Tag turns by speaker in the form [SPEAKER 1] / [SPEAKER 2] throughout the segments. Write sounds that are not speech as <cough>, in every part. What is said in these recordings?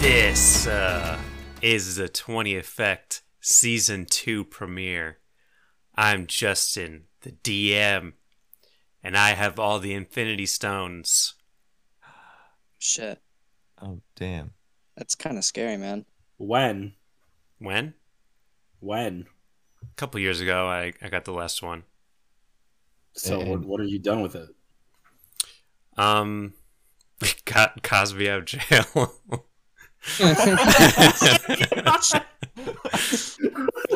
[SPEAKER 1] This uh, is the 20 Effect Season 2 premiere. I'm Justin, the DM, and I have all the Infinity Stones.
[SPEAKER 2] Shit,
[SPEAKER 3] Oh damn.
[SPEAKER 2] that's kind of scary, man.
[SPEAKER 4] When?
[SPEAKER 1] When?
[SPEAKER 4] When?
[SPEAKER 1] A couple years ago, I, I got the last one.
[SPEAKER 4] So
[SPEAKER 3] And-
[SPEAKER 4] what, what are you done with it?
[SPEAKER 1] Um, <laughs> got Cosby out of jail. <laughs>
[SPEAKER 4] That's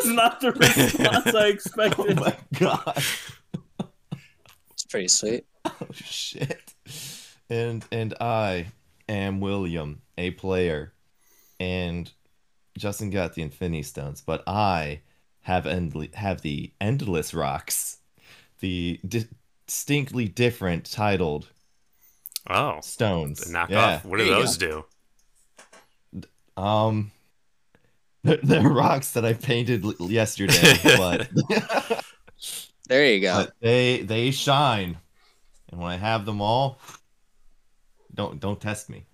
[SPEAKER 4] not the response I
[SPEAKER 3] <laughs>
[SPEAKER 4] expected.
[SPEAKER 3] Oh my god.
[SPEAKER 2] It's pretty sweet.
[SPEAKER 3] Oh shit. And and I am William, a player. And Justin got the Infinity Stones, but I have endle- have the Endless Rocks, the di- distinctly different titled
[SPEAKER 1] oh,
[SPEAKER 3] stones.
[SPEAKER 1] the knockoff.
[SPEAKER 3] Yeah.
[SPEAKER 1] What do
[SPEAKER 2] There you
[SPEAKER 1] those do?
[SPEAKER 3] Um, <laughs> they're, they're rocks that I painted l- yesterday,
[SPEAKER 1] <laughs>
[SPEAKER 3] but <laughs>
[SPEAKER 2] There you go.
[SPEAKER 3] but they they shine, and when I have them all, don't don't test me.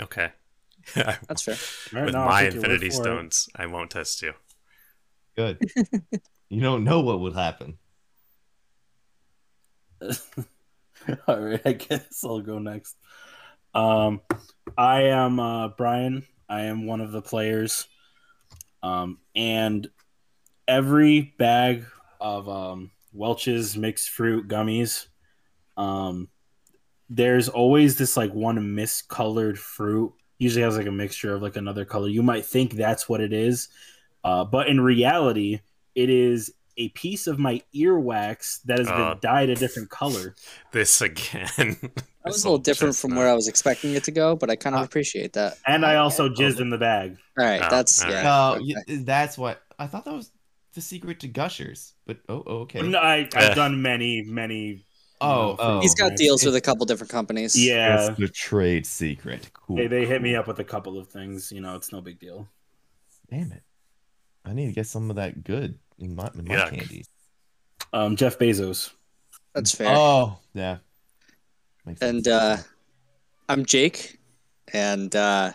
[SPEAKER 1] Okay. <laughs>
[SPEAKER 2] That's fair.
[SPEAKER 4] All right,
[SPEAKER 1] With
[SPEAKER 4] no, I'll
[SPEAKER 1] my
[SPEAKER 4] take your word
[SPEAKER 1] Infinity
[SPEAKER 4] for it.
[SPEAKER 1] Stones, I won't test you.
[SPEAKER 2] <laughs>
[SPEAKER 3] Good. you don't know what would happen.
[SPEAKER 4] <laughs> All right, I guess I'll go next. Um, I am uh, Brian. I am one of the players. Um, and every bag of um, Welch's mixed fruit gummies, um, there's always this like one miscolored fruit. Usually has like a mixture of like another color. You might think that's what it is, uh, but in reality, it is a piece of my earwax that has
[SPEAKER 1] Uh.
[SPEAKER 4] been dyed a different color.
[SPEAKER 1] This <laughs> again.
[SPEAKER 2] That was a little different from where I was expecting it to go, but I kind
[SPEAKER 3] Uh,
[SPEAKER 2] of appreciate that.
[SPEAKER 4] And I also jizzed in the bag.
[SPEAKER 2] All right,
[SPEAKER 1] Oh,
[SPEAKER 2] that's
[SPEAKER 1] all
[SPEAKER 2] yeah.
[SPEAKER 3] No,
[SPEAKER 2] okay.
[SPEAKER 3] Uh, y that's what I thought. That was the secret to gushers. But oh, oh, okay.
[SPEAKER 4] No, I,
[SPEAKER 1] Yeah.
[SPEAKER 4] I've done many, many.
[SPEAKER 3] oh, oh,
[SPEAKER 2] He's got
[SPEAKER 4] nice.
[SPEAKER 2] deals with a couple different companies.
[SPEAKER 4] Yeah,
[SPEAKER 3] It's the trade secret. Cool.
[SPEAKER 4] they, they hit me up with a couple of things. You know, it's no big deal.
[SPEAKER 3] Damn it! I need to get some of that good in my, in my
[SPEAKER 1] Yuck.
[SPEAKER 3] candy.
[SPEAKER 4] Um, Jeff Bezos.
[SPEAKER 2] that's fair.
[SPEAKER 3] Oh, yeah. Makes
[SPEAKER 2] And
[SPEAKER 3] sense.
[SPEAKER 2] uh, I'm Jake, and uh,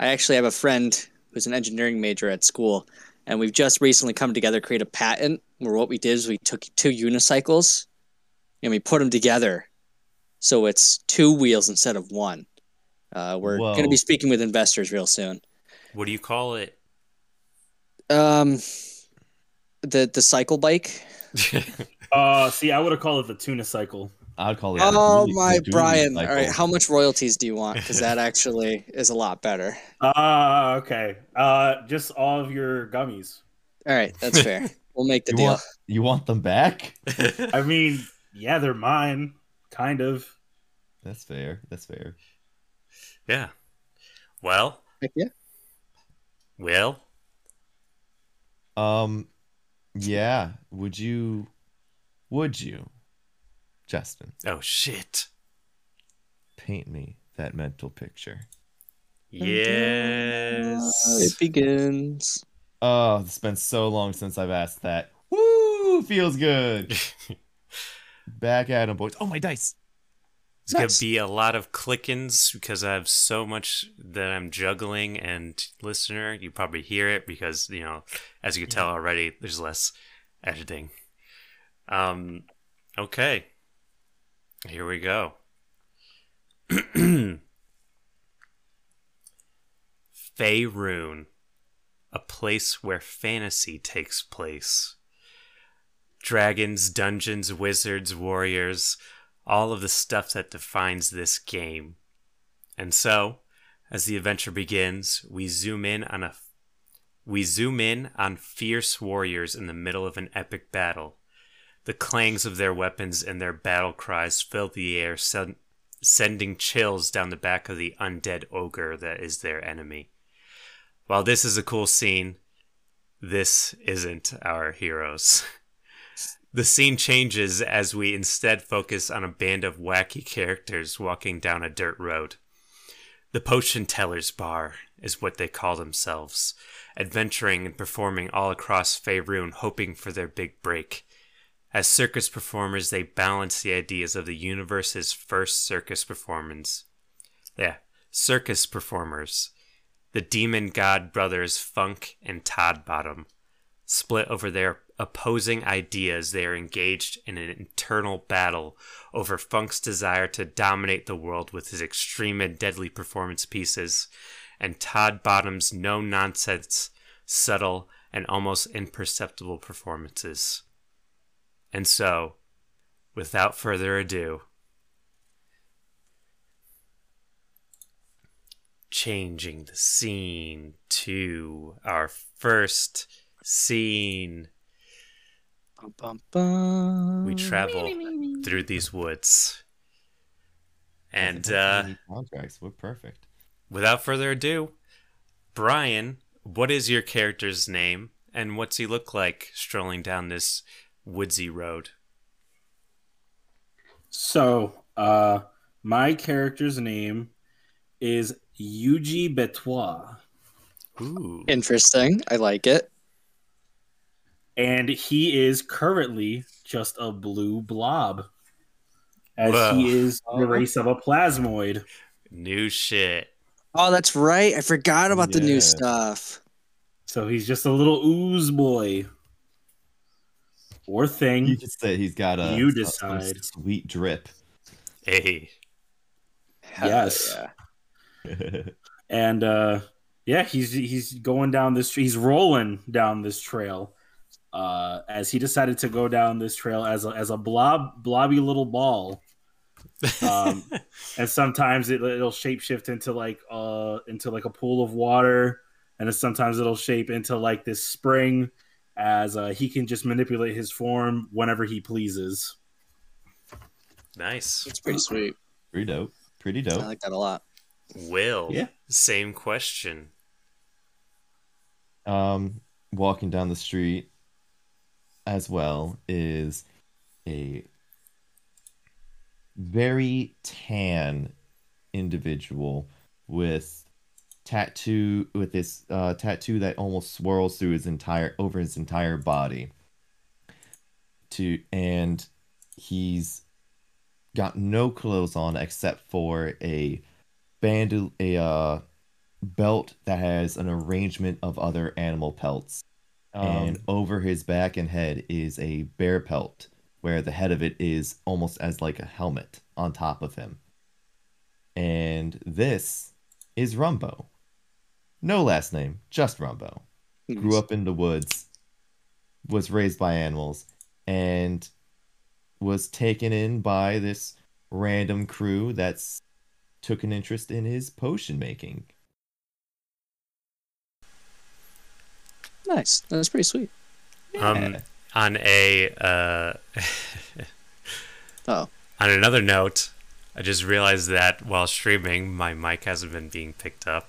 [SPEAKER 2] I actually have a friend who's an engineering major at school, and we've just recently come together to create a patent where what we did is we took two unicycles and we put them together, so it's two wheels instead of one. Uh, we're
[SPEAKER 3] Whoa.
[SPEAKER 2] going to be speaking with investors real soon.
[SPEAKER 1] uh, What do you call it?
[SPEAKER 2] Um, the the cycle bike. <laughs>
[SPEAKER 4] Uh, see, I would have called it the tuna cycle.
[SPEAKER 3] I'd call it. the
[SPEAKER 2] oh
[SPEAKER 3] dually-
[SPEAKER 2] my
[SPEAKER 3] the dually
[SPEAKER 2] Brian!
[SPEAKER 3] cycle.
[SPEAKER 2] All right, how much royalties do you want? Because
[SPEAKER 3] <laughs>
[SPEAKER 2] that actually is a lot better.
[SPEAKER 4] Ah, okay. Uh, just all of your gummies.
[SPEAKER 2] All right, that's fair. We'll make the
[SPEAKER 3] you
[SPEAKER 2] deal.
[SPEAKER 3] want you want them back?
[SPEAKER 4] I mean, yeah, they're mine, kind of.
[SPEAKER 3] That's fair. That's fair.
[SPEAKER 1] yeah. Well,
[SPEAKER 2] Heck yeah.
[SPEAKER 1] Well,
[SPEAKER 3] Um, yeah. Would you? Would you, Justin,
[SPEAKER 1] oh shit.
[SPEAKER 3] paint me that mental picture?
[SPEAKER 1] Yes.
[SPEAKER 2] It begins.
[SPEAKER 3] Oh, it's been so long since I've asked that. Woo! Feels good. Back at 'em, boys. Oh my dice.
[SPEAKER 1] It's going
[SPEAKER 2] Nice.
[SPEAKER 1] to be a lot of clickings because I have so much that I'm juggling. And listener, you probably hear it because, you know, as you can tell already, there's less editing. Um, okay. Here we go. <clears throat> Faerun, a place where fantasy takes place. Dragons, dungeons, wizards, warriors, all of the stuff that defines this game. And so, as the adventure begins, we zoom in on a we zoom in on fierce warriors in the middle of an epic battle. The clangs of their weapons and their battle cries fill the air, sen- sending chills down the back of the undead ogre that is their enemy. While this is a cool scene, this isn't our heroes. <laughs> The scene changes as we instead focus on a band of wacky characters walking down a dirt road. The Potion Tellers Bar is what they call themselves, adventuring and performing all across Faerun, hoping for their big break. As circus performers, they balance the ideas of the universe's first circus performance. Yeah, circus performers. the demon god brothers Funk and Todd Bottom. Split over their opposing ideas, they are engaged in an internal battle over Funk's desire to dominate the world with his extreme and deadly performance pieces, and Todd Bottom's no nonsense, subtle, and almost imperceptible performances. And so, without further ado, changing the scene to our first scene.
[SPEAKER 2] Bum, bum, bum.
[SPEAKER 1] We travel through these woods. And
[SPEAKER 3] That's
[SPEAKER 1] uh,
[SPEAKER 3] how many contracts. We're perfect.
[SPEAKER 1] without further ado, Brian, what is your character's name and what's he look like strolling down this woodsy road?
[SPEAKER 4] So, uh, my character's name is Yuji Betois,
[SPEAKER 1] Ooh.
[SPEAKER 2] Interesting. I like it.
[SPEAKER 4] and he is currently just a blue blob, as he
[SPEAKER 1] Whoa.
[SPEAKER 4] is the race of a plasmoid.
[SPEAKER 1] New shit.
[SPEAKER 2] Oh, that's right. I forgot about the
[SPEAKER 3] Yeah.
[SPEAKER 2] new stuff.
[SPEAKER 4] So he's just a little ooze boy or
[SPEAKER 3] You
[SPEAKER 4] thing.
[SPEAKER 3] just say he's got a
[SPEAKER 4] You
[SPEAKER 3] some- some
[SPEAKER 4] decide.
[SPEAKER 3] sweet drip. <laughs>
[SPEAKER 1] Hey.
[SPEAKER 2] Hell
[SPEAKER 4] Yes.
[SPEAKER 2] yeah.
[SPEAKER 4] and uh yeah he's he's going down this he's rolling down this trail uh as he decided to go down this trail as a as a blob blobby little ball Um, and sometimes it, it'll shapeshift into like uh into like a pool of water and then sometimes it'll shape into like this spring as uh, he can just manipulate his form whenever he pleases
[SPEAKER 1] <laughs> nice.
[SPEAKER 2] It's pretty sweet.
[SPEAKER 3] Pretty dope. Pretty
[SPEAKER 2] I
[SPEAKER 3] dope.
[SPEAKER 2] like that a lot.
[SPEAKER 1] Will.
[SPEAKER 4] Yeah.
[SPEAKER 1] Same question.
[SPEAKER 3] Um, walking down the street as well is a very tan individual with tattoo with this uh, tattoo that almost swirls through his entire over his entire body to and he's got no clothes on except for a band a uh, belt that has an arrangement of other animal pelts and over his back and head is a bear pelt where the head of it is almost as like a helmet on top of him and this is rumbo no last name just rumbo grew up in the woods, was raised by animals, and was taken in by this random crew that's took an interest in his potion making.
[SPEAKER 2] Nice. That's pretty sweet.
[SPEAKER 1] Um, on a uh,
[SPEAKER 3] <laughs>
[SPEAKER 2] Oh.
[SPEAKER 1] on another note, I just realized that while streaming, my mic hasn't been being picked up.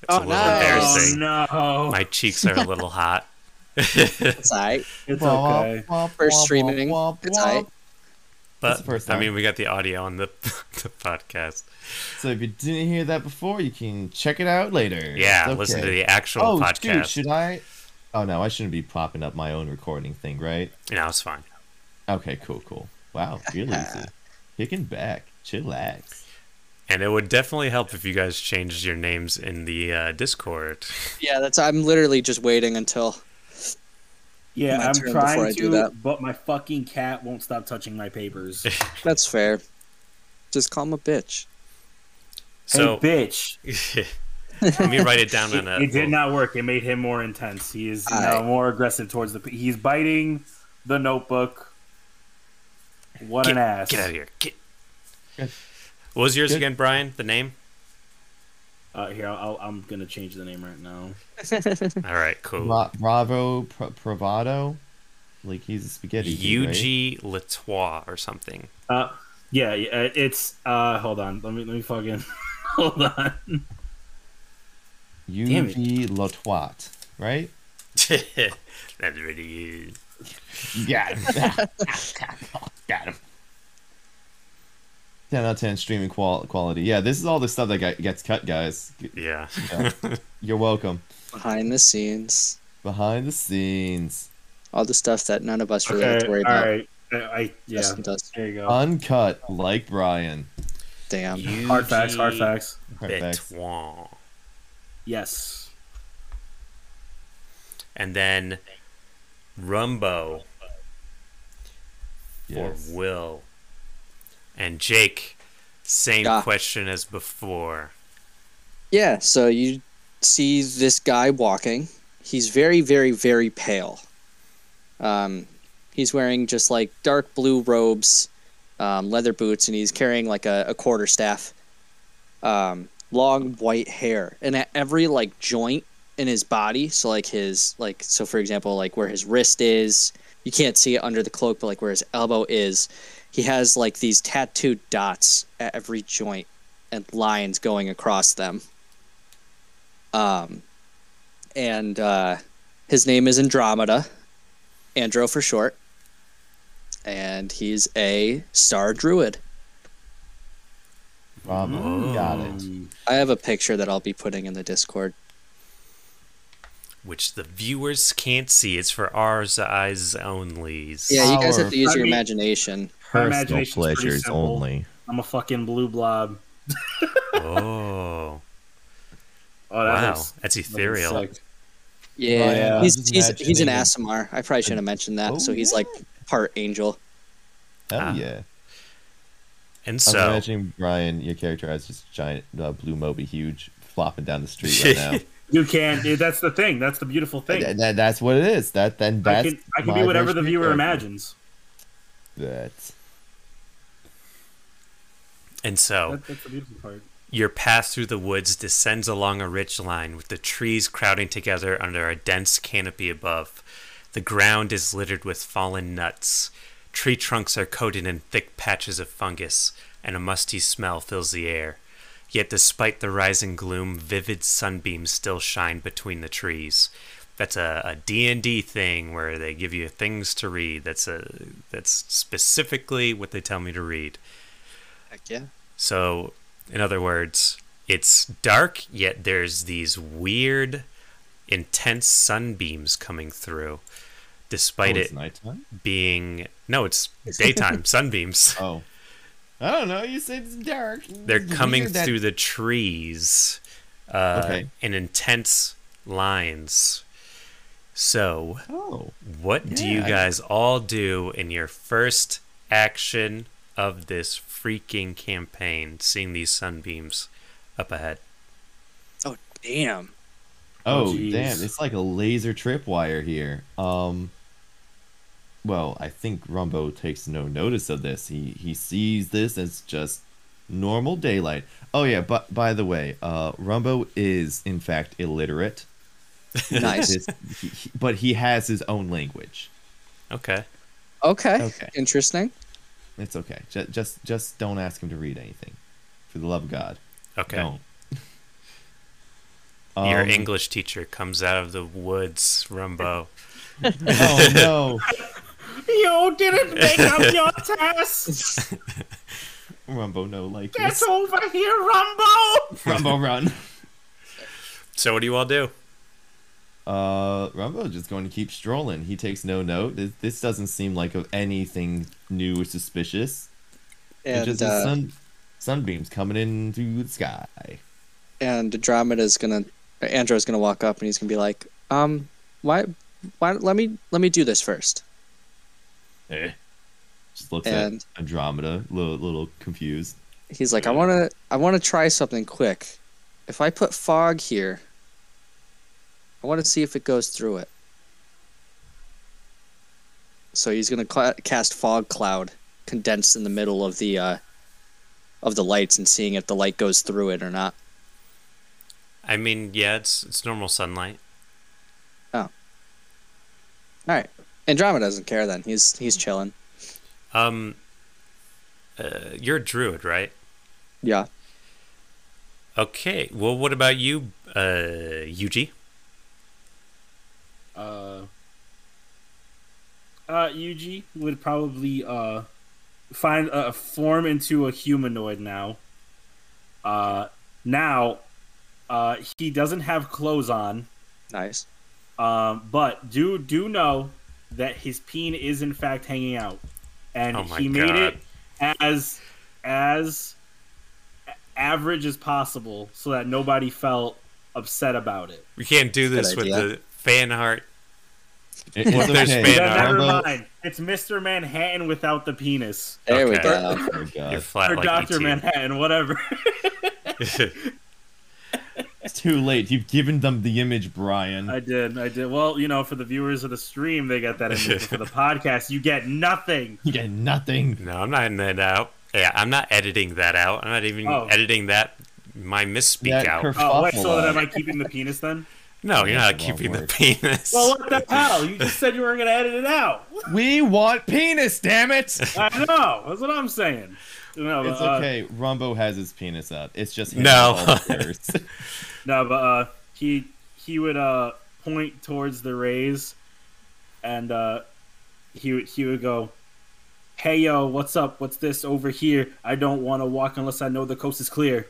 [SPEAKER 1] It's
[SPEAKER 2] Oh,
[SPEAKER 1] a little
[SPEAKER 2] no.
[SPEAKER 1] embarrassing.
[SPEAKER 3] Oh,
[SPEAKER 4] Oh, no
[SPEAKER 1] My cheeks
[SPEAKER 3] <laughs>
[SPEAKER 1] are a little hot. <laughs>
[SPEAKER 2] That's all right.
[SPEAKER 4] it's
[SPEAKER 3] Wah,
[SPEAKER 4] okay
[SPEAKER 3] wah, wah,
[SPEAKER 2] First
[SPEAKER 3] wah,
[SPEAKER 2] streaming.
[SPEAKER 3] wah, wah,
[SPEAKER 2] It's
[SPEAKER 3] wah.
[SPEAKER 2] aight.
[SPEAKER 1] But
[SPEAKER 3] the first
[SPEAKER 1] I mean,
[SPEAKER 3] time.
[SPEAKER 1] we got the audio on the <laughs> the podcast.
[SPEAKER 3] So if you didn't hear that before, you can check it out later.
[SPEAKER 1] Yeah,
[SPEAKER 3] It's
[SPEAKER 1] listen to
[SPEAKER 3] okay.
[SPEAKER 1] the actual
[SPEAKER 3] oh,
[SPEAKER 1] podcast.
[SPEAKER 3] Dude, should I? Oh no, I shouldn't be propping up my own recording thing, right?
[SPEAKER 1] No, it's fine.
[SPEAKER 3] Okay, cool, cool. Wow,
[SPEAKER 2] <laughs>
[SPEAKER 3] really easy. Kicking back, chillax.
[SPEAKER 1] And it would definitely help if you guys changed your names in the uh, Discord.
[SPEAKER 2] Yeah, that's. I'm literally just waiting until.
[SPEAKER 4] Yeah,
[SPEAKER 2] my
[SPEAKER 4] I'm
[SPEAKER 2] turn before
[SPEAKER 4] trying
[SPEAKER 2] I
[SPEAKER 4] to,
[SPEAKER 2] do that.
[SPEAKER 4] but my fucking cat won't stop touching
[SPEAKER 1] <laughs>
[SPEAKER 4] my papers.
[SPEAKER 2] That's fair. Just call him a bitch.
[SPEAKER 1] So
[SPEAKER 4] hey, bitch,
[SPEAKER 1] <laughs> let me write it
[SPEAKER 3] <laughs>
[SPEAKER 1] down
[SPEAKER 4] it,
[SPEAKER 1] on a.
[SPEAKER 4] it did not work. It made him more intense. He is
[SPEAKER 2] All
[SPEAKER 4] now
[SPEAKER 2] right.
[SPEAKER 4] more aggressive towards the. He's biting the notebook. What
[SPEAKER 1] Get-
[SPEAKER 4] an ass!
[SPEAKER 1] Get out of here. Get.
[SPEAKER 3] Good.
[SPEAKER 1] What was yours
[SPEAKER 3] Good.
[SPEAKER 1] again, Brian? The name?
[SPEAKER 4] Uh, here, I'll, I'm gonna change the name right now.
[SPEAKER 1] All right, cool.
[SPEAKER 3] Bra- Bravo Pro- Bravado, like he's a spaghetti. dude, right?
[SPEAKER 1] Yuji Latois or something. <laughs>
[SPEAKER 4] Uh, yeah, yeah, uh, it's. Uh, hold on. Let me let me fucking. <laughs> hold on. Damn it.
[SPEAKER 3] Yuji Latoit, right?
[SPEAKER 1] That's really good.
[SPEAKER 3] Got him.
[SPEAKER 4] <laughs>
[SPEAKER 3] got him. Ten out of ten streaming qual- quality. Yeah, this is all the stuff that got- gets cut, guys. G-
[SPEAKER 1] Yeah.
[SPEAKER 3] You're welcome.
[SPEAKER 2] Behind the scenes,
[SPEAKER 3] Behind the scenes,
[SPEAKER 2] all the stuff that none of us really have
[SPEAKER 4] Okay.
[SPEAKER 2] to
[SPEAKER 4] All
[SPEAKER 2] worry about.
[SPEAKER 4] right. I, I yeah.
[SPEAKER 2] Justin does.
[SPEAKER 4] There you go.
[SPEAKER 3] uncut, like Brian.
[SPEAKER 2] Damn.
[SPEAKER 1] Yuji
[SPEAKER 4] hard facts. Hard facts.
[SPEAKER 3] Perfect.
[SPEAKER 1] Latois.
[SPEAKER 4] Yes.
[SPEAKER 1] And then Rumbo
[SPEAKER 3] Yes.
[SPEAKER 1] for Will. And Jake, same
[SPEAKER 2] Ah.
[SPEAKER 1] question as before.
[SPEAKER 2] Yeah, so you see this guy walking. He's very, very, very pale. Um, he's wearing just like dark blue robes, um, leather boots, and he's carrying like a, a quarter staff. Um, long white hair, and at every like joint in his body, so like his like so for example, like where his wrist is, you can't see it under the cloak, but like where his elbow is, he has like these tattooed dots at every joint and lines going across them. Um, and uh, his name is Andromeda, Andro for short, and he's a star druid.
[SPEAKER 3] Bravo. Got it.
[SPEAKER 4] Mm.
[SPEAKER 2] I have a picture that I'll be putting in the Discord.
[SPEAKER 1] Which the viewers can't see. It's for ours eyes only.
[SPEAKER 2] Yeah, you guys have to use
[SPEAKER 4] I
[SPEAKER 2] your
[SPEAKER 4] mean-
[SPEAKER 2] imagination.
[SPEAKER 4] My
[SPEAKER 3] Personal
[SPEAKER 4] imagination's pretty
[SPEAKER 3] pleasures
[SPEAKER 4] simple. Ah.
[SPEAKER 3] only.
[SPEAKER 4] I'm a fucking blue blob.
[SPEAKER 1] Oh.
[SPEAKER 4] Oh,
[SPEAKER 1] wow.
[SPEAKER 4] that looks-
[SPEAKER 1] That's
[SPEAKER 4] that looks
[SPEAKER 1] ethereal.
[SPEAKER 4] sick.
[SPEAKER 2] Yeah,
[SPEAKER 3] yeah.
[SPEAKER 2] he's he's he's an
[SPEAKER 3] Imagination.
[SPEAKER 2] Asimar. I probably shouldn't have mentioned that.
[SPEAKER 3] Oh,
[SPEAKER 2] so he's
[SPEAKER 3] yeah.
[SPEAKER 2] like part angel.
[SPEAKER 3] Hell
[SPEAKER 1] Ah.
[SPEAKER 3] yeah.
[SPEAKER 1] And
[SPEAKER 3] I'm
[SPEAKER 1] so.
[SPEAKER 3] imagining Brian, your character as just giant uh, blue Moby, huge, flopping down the street right
[SPEAKER 4] <laughs>
[SPEAKER 3] now.
[SPEAKER 4] You can. dude, That's the thing. That's the beautiful thing.
[SPEAKER 3] That- that- that's what it is. That then
[SPEAKER 4] I
[SPEAKER 3] that's
[SPEAKER 4] can, I can
[SPEAKER 3] my
[SPEAKER 4] be whatever
[SPEAKER 3] version
[SPEAKER 4] the
[SPEAKER 3] of
[SPEAKER 4] viewer
[SPEAKER 3] character.
[SPEAKER 4] imagines.
[SPEAKER 3] That's
[SPEAKER 1] And
[SPEAKER 3] Oh.
[SPEAKER 1] so.
[SPEAKER 4] That, that's the beautiful part.
[SPEAKER 1] Your path through the woods descends along a ridge line with the trees crowding together under a dense canopy above. The ground is littered with fallen nuts. Tree trunks are coated in thick patches of fungus, and a musty smell fills the air. Yet, despite the rising gloom, vivid sunbeams still shine between the trees. That's a, a D&D thing where they give you things to read. That's a that's specifically what they tell me to read.
[SPEAKER 2] Heck yeah.
[SPEAKER 1] So, in other words, it's dark, yet there's these weird, intense sunbeams coming through, despite
[SPEAKER 3] oh,
[SPEAKER 1] it
[SPEAKER 3] it's nighttime.
[SPEAKER 1] being. No, it's
[SPEAKER 3] <laughs>
[SPEAKER 1] daytime sunbeams.
[SPEAKER 3] Oh, I don't know. You said it's dark.
[SPEAKER 1] <laughs> They're
[SPEAKER 3] It's
[SPEAKER 1] coming
[SPEAKER 3] weird that-
[SPEAKER 1] through the trees uh,
[SPEAKER 3] Okay.
[SPEAKER 1] in intense lines. So,
[SPEAKER 3] Oh,
[SPEAKER 1] what do you
[SPEAKER 3] Yeah, I-
[SPEAKER 1] guys all do in your first action of this freaking campaign, seeing these sunbeams up ahead?
[SPEAKER 2] Oh <laughs> damn.
[SPEAKER 3] oh,
[SPEAKER 4] Oh, jeez.
[SPEAKER 3] damn! It's like a laser tripwire here. Um, well, I think Rumbo takes no notice of this. He he sees this as just normal daylight. Oh yeah, but by the way, uh, Rumbo is in fact illiterate.
[SPEAKER 2] Nice.
[SPEAKER 3] This- he- he- but he has his own language.
[SPEAKER 1] Okay.
[SPEAKER 2] Okay.
[SPEAKER 3] Okay.
[SPEAKER 2] Interesting.
[SPEAKER 3] It's okay. Just just just don't ask him to read anything. For the love of God,
[SPEAKER 1] Okay.
[SPEAKER 3] don't.
[SPEAKER 1] Your
[SPEAKER 3] Um,
[SPEAKER 1] English teacher comes out of the woods, Rumbo.
[SPEAKER 3] Oh <laughs> no.
[SPEAKER 4] You didn't make up <laughs> your test.
[SPEAKER 3] Rumbo no like <laughs>
[SPEAKER 4] That's over here, Rumbo.
[SPEAKER 3] Rumbo run.
[SPEAKER 1] So what do you all do?
[SPEAKER 3] Uh Rumbo's just going to keep strolling. He takes no note. This, this doesn't seem like of anything new or suspicious. It's
[SPEAKER 2] And
[SPEAKER 3] just
[SPEAKER 2] uh,
[SPEAKER 3] the sun sunbeams coming in through the sky.
[SPEAKER 2] and Andromeda's gonna or Andro's gonna walk up and he's gonna be like, um, why, why? Let me let me do this first.
[SPEAKER 3] Eh. Just looks
[SPEAKER 2] And
[SPEAKER 3] at Andromeda, little little <laughs> confused.
[SPEAKER 2] he's like, I wanna I wanna try something quick. If I put fog here, I want to see if it goes through it. So he's gonna cla cast fog cloud condensed in the middle of the uh, of the lights and seeing if the light goes through it or not.
[SPEAKER 1] I mean, yeah, it's it's normal sunlight.
[SPEAKER 2] All right, Andromeda doesn't care then. He's he's chilling.
[SPEAKER 1] Um, uh, you're a druid, right?
[SPEAKER 2] Yeah.
[SPEAKER 1] Okay. Well, what about you, uh, Yuji?
[SPEAKER 4] Uh, uh, Yuji would probably uh find a a form into a humanoid now. Uh, now, uh, he doesn't have clothes on.
[SPEAKER 2] Nice.
[SPEAKER 4] Um, but do do know that his peen is in fact hanging out, and
[SPEAKER 1] Oh my
[SPEAKER 4] he made
[SPEAKER 1] God.
[SPEAKER 4] it as as average as possible so that nobody felt upset about it.
[SPEAKER 1] We can't do this
[SPEAKER 2] Good
[SPEAKER 1] with
[SPEAKER 2] idea.
[SPEAKER 1] the fan art.
[SPEAKER 3] It- it's
[SPEAKER 1] There's
[SPEAKER 3] okay. oh
[SPEAKER 1] fan
[SPEAKER 4] Yeah,
[SPEAKER 1] art.
[SPEAKER 4] never
[SPEAKER 3] Although-
[SPEAKER 4] mind. It's Mr. Manhattan without the penis.
[SPEAKER 2] There we
[SPEAKER 1] Okay.
[SPEAKER 2] go.
[SPEAKER 3] Oh,
[SPEAKER 1] You're
[SPEAKER 3] God.
[SPEAKER 1] flat
[SPEAKER 4] Or
[SPEAKER 1] like E
[SPEAKER 4] Dr.
[SPEAKER 1] ET.
[SPEAKER 4] Manhattan, whatever. <laughs>
[SPEAKER 3] It's too late. You've given them the image, Brian.
[SPEAKER 4] I did. I did. Well, you know, for the viewers of the stream, they get that image. but for the podcast, you get nothing.
[SPEAKER 3] You get nothing.
[SPEAKER 1] <laughs> no, I'm not editing that out. Yeah, I'm not editing that out. I'm not even
[SPEAKER 4] Oh.
[SPEAKER 1] editing that my misspeak
[SPEAKER 3] That
[SPEAKER 1] out.
[SPEAKER 3] kerfuffle
[SPEAKER 4] Oh, wait, so then
[SPEAKER 3] out.
[SPEAKER 4] am I keeping the penis then?
[SPEAKER 1] no, you're
[SPEAKER 3] That's
[SPEAKER 1] not
[SPEAKER 3] the wrong
[SPEAKER 1] keeping the
[SPEAKER 3] word.
[SPEAKER 1] penis.
[SPEAKER 4] Well, what the hell? You just said you weren't going to edit it out.
[SPEAKER 3] We want penis, damn <laughs> it! it's
[SPEAKER 4] I know. That's what I'm saying. No, but, uh,
[SPEAKER 3] okay. Rumbo has his penis out. It's just him
[SPEAKER 1] No.
[SPEAKER 3] with all the
[SPEAKER 1] <laughs>
[SPEAKER 3] hairs.
[SPEAKER 4] No, but uh, he he would uh, point towards the rays, and uh, he would he would go, "Hey yo, what's up? What's this over here? I don't want to walk unless I know the coast is clear."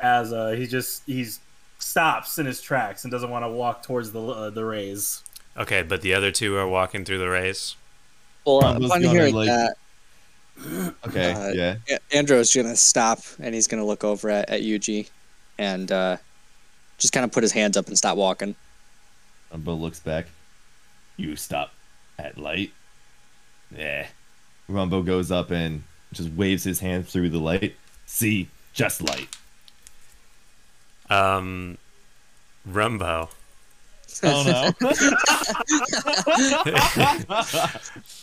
[SPEAKER 4] As uh, he just he's stops in his tracks and doesn't want to walk towards the uh, the rays.
[SPEAKER 1] okay, but the other two are walking through the race.
[SPEAKER 2] Well,
[SPEAKER 3] Rumbo's
[SPEAKER 2] upon
[SPEAKER 3] gonna,
[SPEAKER 2] hearing
[SPEAKER 3] like-
[SPEAKER 2] that,
[SPEAKER 3] okay.
[SPEAKER 2] Uh,
[SPEAKER 3] yeah.
[SPEAKER 2] A- Andrew's gonna stop and he's gonna look over at, at Yuji, and uh, just kind of put his hands up and stop walking.
[SPEAKER 3] Rumbo looks back. You stop at light. Yeah. Rumbo goes up and just waves his hand through the light. See, just
[SPEAKER 4] <laughs>
[SPEAKER 3] light.
[SPEAKER 1] Um, Rumbo.
[SPEAKER 3] Oh no.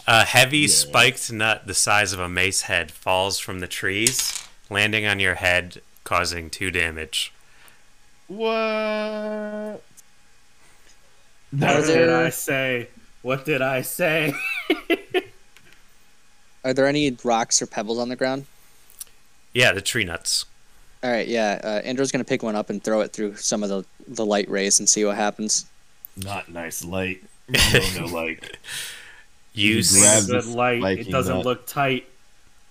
[SPEAKER 1] A heavy
[SPEAKER 3] Yeah.
[SPEAKER 1] spiked nut the size of a mace head falls from the trees, landing on your head, causing two damage.
[SPEAKER 3] what?
[SPEAKER 2] Are
[SPEAKER 4] What
[SPEAKER 3] That's
[SPEAKER 4] did
[SPEAKER 2] there-
[SPEAKER 4] I say? What did I say?
[SPEAKER 2] Are there any rocks or pebbles on the ground?
[SPEAKER 1] Yeah, the tree nuts.
[SPEAKER 2] All right, yeah. Uh, Andrew's gonna pick one up and throw it through some of the the light rays and see what happens.
[SPEAKER 3] not
[SPEAKER 1] <laughs>
[SPEAKER 3] nice light. Rumbo no light.
[SPEAKER 1] You
[SPEAKER 3] You
[SPEAKER 1] see,
[SPEAKER 3] grab-
[SPEAKER 4] It's
[SPEAKER 3] Grabs
[SPEAKER 4] good
[SPEAKER 3] the
[SPEAKER 4] light. It
[SPEAKER 3] spiking
[SPEAKER 4] doesn't
[SPEAKER 3] nut.
[SPEAKER 4] look tight.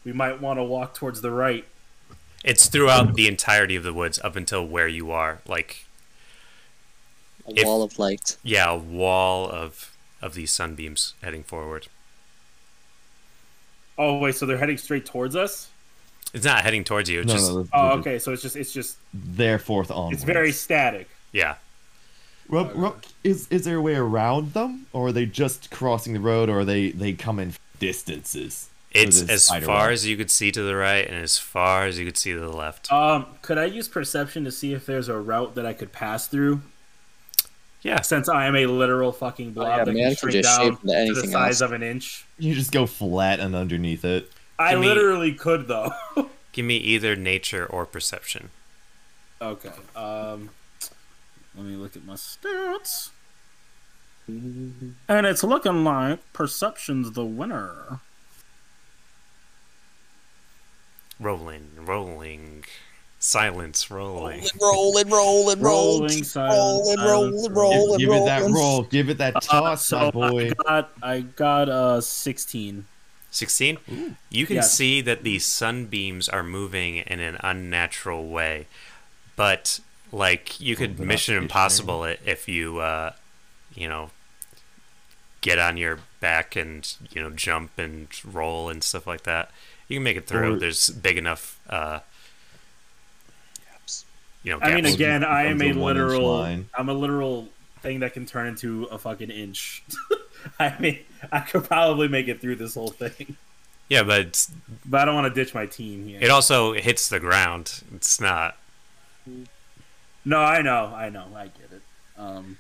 [SPEAKER 4] We might want to walk towards the right.
[SPEAKER 1] it's throughout the entirety of the woods up until where you are. Like,
[SPEAKER 2] A
[SPEAKER 1] If-
[SPEAKER 2] wall of light.
[SPEAKER 1] yeah, a wall of of these sunbeams heading forward.
[SPEAKER 4] Oh wait, so they're heading straight towards us?
[SPEAKER 1] It's not heading towards you. It's
[SPEAKER 3] No,
[SPEAKER 1] just
[SPEAKER 3] no, that's-
[SPEAKER 4] Oh,
[SPEAKER 3] that's-
[SPEAKER 4] okay. So it's just it's just
[SPEAKER 3] There forth on.
[SPEAKER 4] it's very static.
[SPEAKER 1] yeah.
[SPEAKER 3] Rob, Rob, is is there a way around them, or are they just crossing the road, or are they they come in distances? Or
[SPEAKER 1] It's
[SPEAKER 3] this
[SPEAKER 1] as
[SPEAKER 3] spider
[SPEAKER 1] far
[SPEAKER 3] web?
[SPEAKER 1] as you could see to the right and as far as you could see to the left.
[SPEAKER 4] Um, could I use perception to see if there's a route that I could pass through?
[SPEAKER 1] Yeah.
[SPEAKER 4] Since I am a literal fucking blob
[SPEAKER 2] Oh, yeah,
[SPEAKER 4] that
[SPEAKER 2] man,
[SPEAKER 4] can
[SPEAKER 2] I could
[SPEAKER 4] shrink
[SPEAKER 2] just shape
[SPEAKER 4] down
[SPEAKER 2] into
[SPEAKER 4] to the
[SPEAKER 2] anything
[SPEAKER 4] size
[SPEAKER 2] else.
[SPEAKER 4] of an inch.
[SPEAKER 3] You just go flat and underneath it.
[SPEAKER 4] I
[SPEAKER 1] Give me-
[SPEAKER 4] literally could though. <laughs>
[SPEAKER 1] Give me either nature or perception.
[SPEAKER 4] okay. Um, let me look at my stats. And it's looking like perception's the winner.
[SPEAKER 1] Rolling, rolling, silence,
[SPEAKER 4] Oh,
[SPEAKER 1] rolling.
[SPEAKER 2] Rolling, rolling,
[SPEAKER 4] Rolling, silence,
[SPEAKER 2] rolling,
[SPEAKER 4] silence,
[SPEAKER 2] rolling,
[SPEAKER 4] rolling.
[SPEAKER 2] rolling,
[SPEAKER 3] give it that
[SPEAKER 2] rolling.
[SPEAKER 3] roll. Give it that
[SPEAKER 4] Uh,
[SPEAKER 3] toss,
[SPEAKER 4] so
[SPEAKER 3] my boy.
[SPEAKER 4] I got I got uh sixteen.
[SPEAKER 1] 16 you can
[SPEAKER 4] Yes.
[SPEAKER 1] see that the sunbeams are moving in an unnatural way but like you could
[SPEAKER 3] they're not
[SPEAKER 1] mission
[SPEAKER 3] stationary.
[SPEAKER 1] impossible it if you uh you know get on your back and you know jump and roll and stuff like that you can make it through
[SPEAKER 3] Or-
[SPEAKER 1] there's big enough uh you know
[SPEAKER 4] I mean,
[SPEAKER 1] gaps.
[SPEAKER 3] Well, it
[SPEAKER 4] again, I am
[SPEAKER 3] becomes
[SPEAKER 4] a
[SPEAKER 3] a one-inch
[SPEAKER 4] literal.
[SPEAKER 3] line.
[SPEAKER 4] I'm a literal thing that can turn into a fucking inch. <laughs> I mean, I could probably make it through this whole thing,
[SPEAKER 1] yeah but it's,
[SPEAKER 4] but I don't want to ditch my team here.
[SPEAKER 1] it also hits the ground it's not
[SPEAKER 4] no, I know, I know, I get it. Um,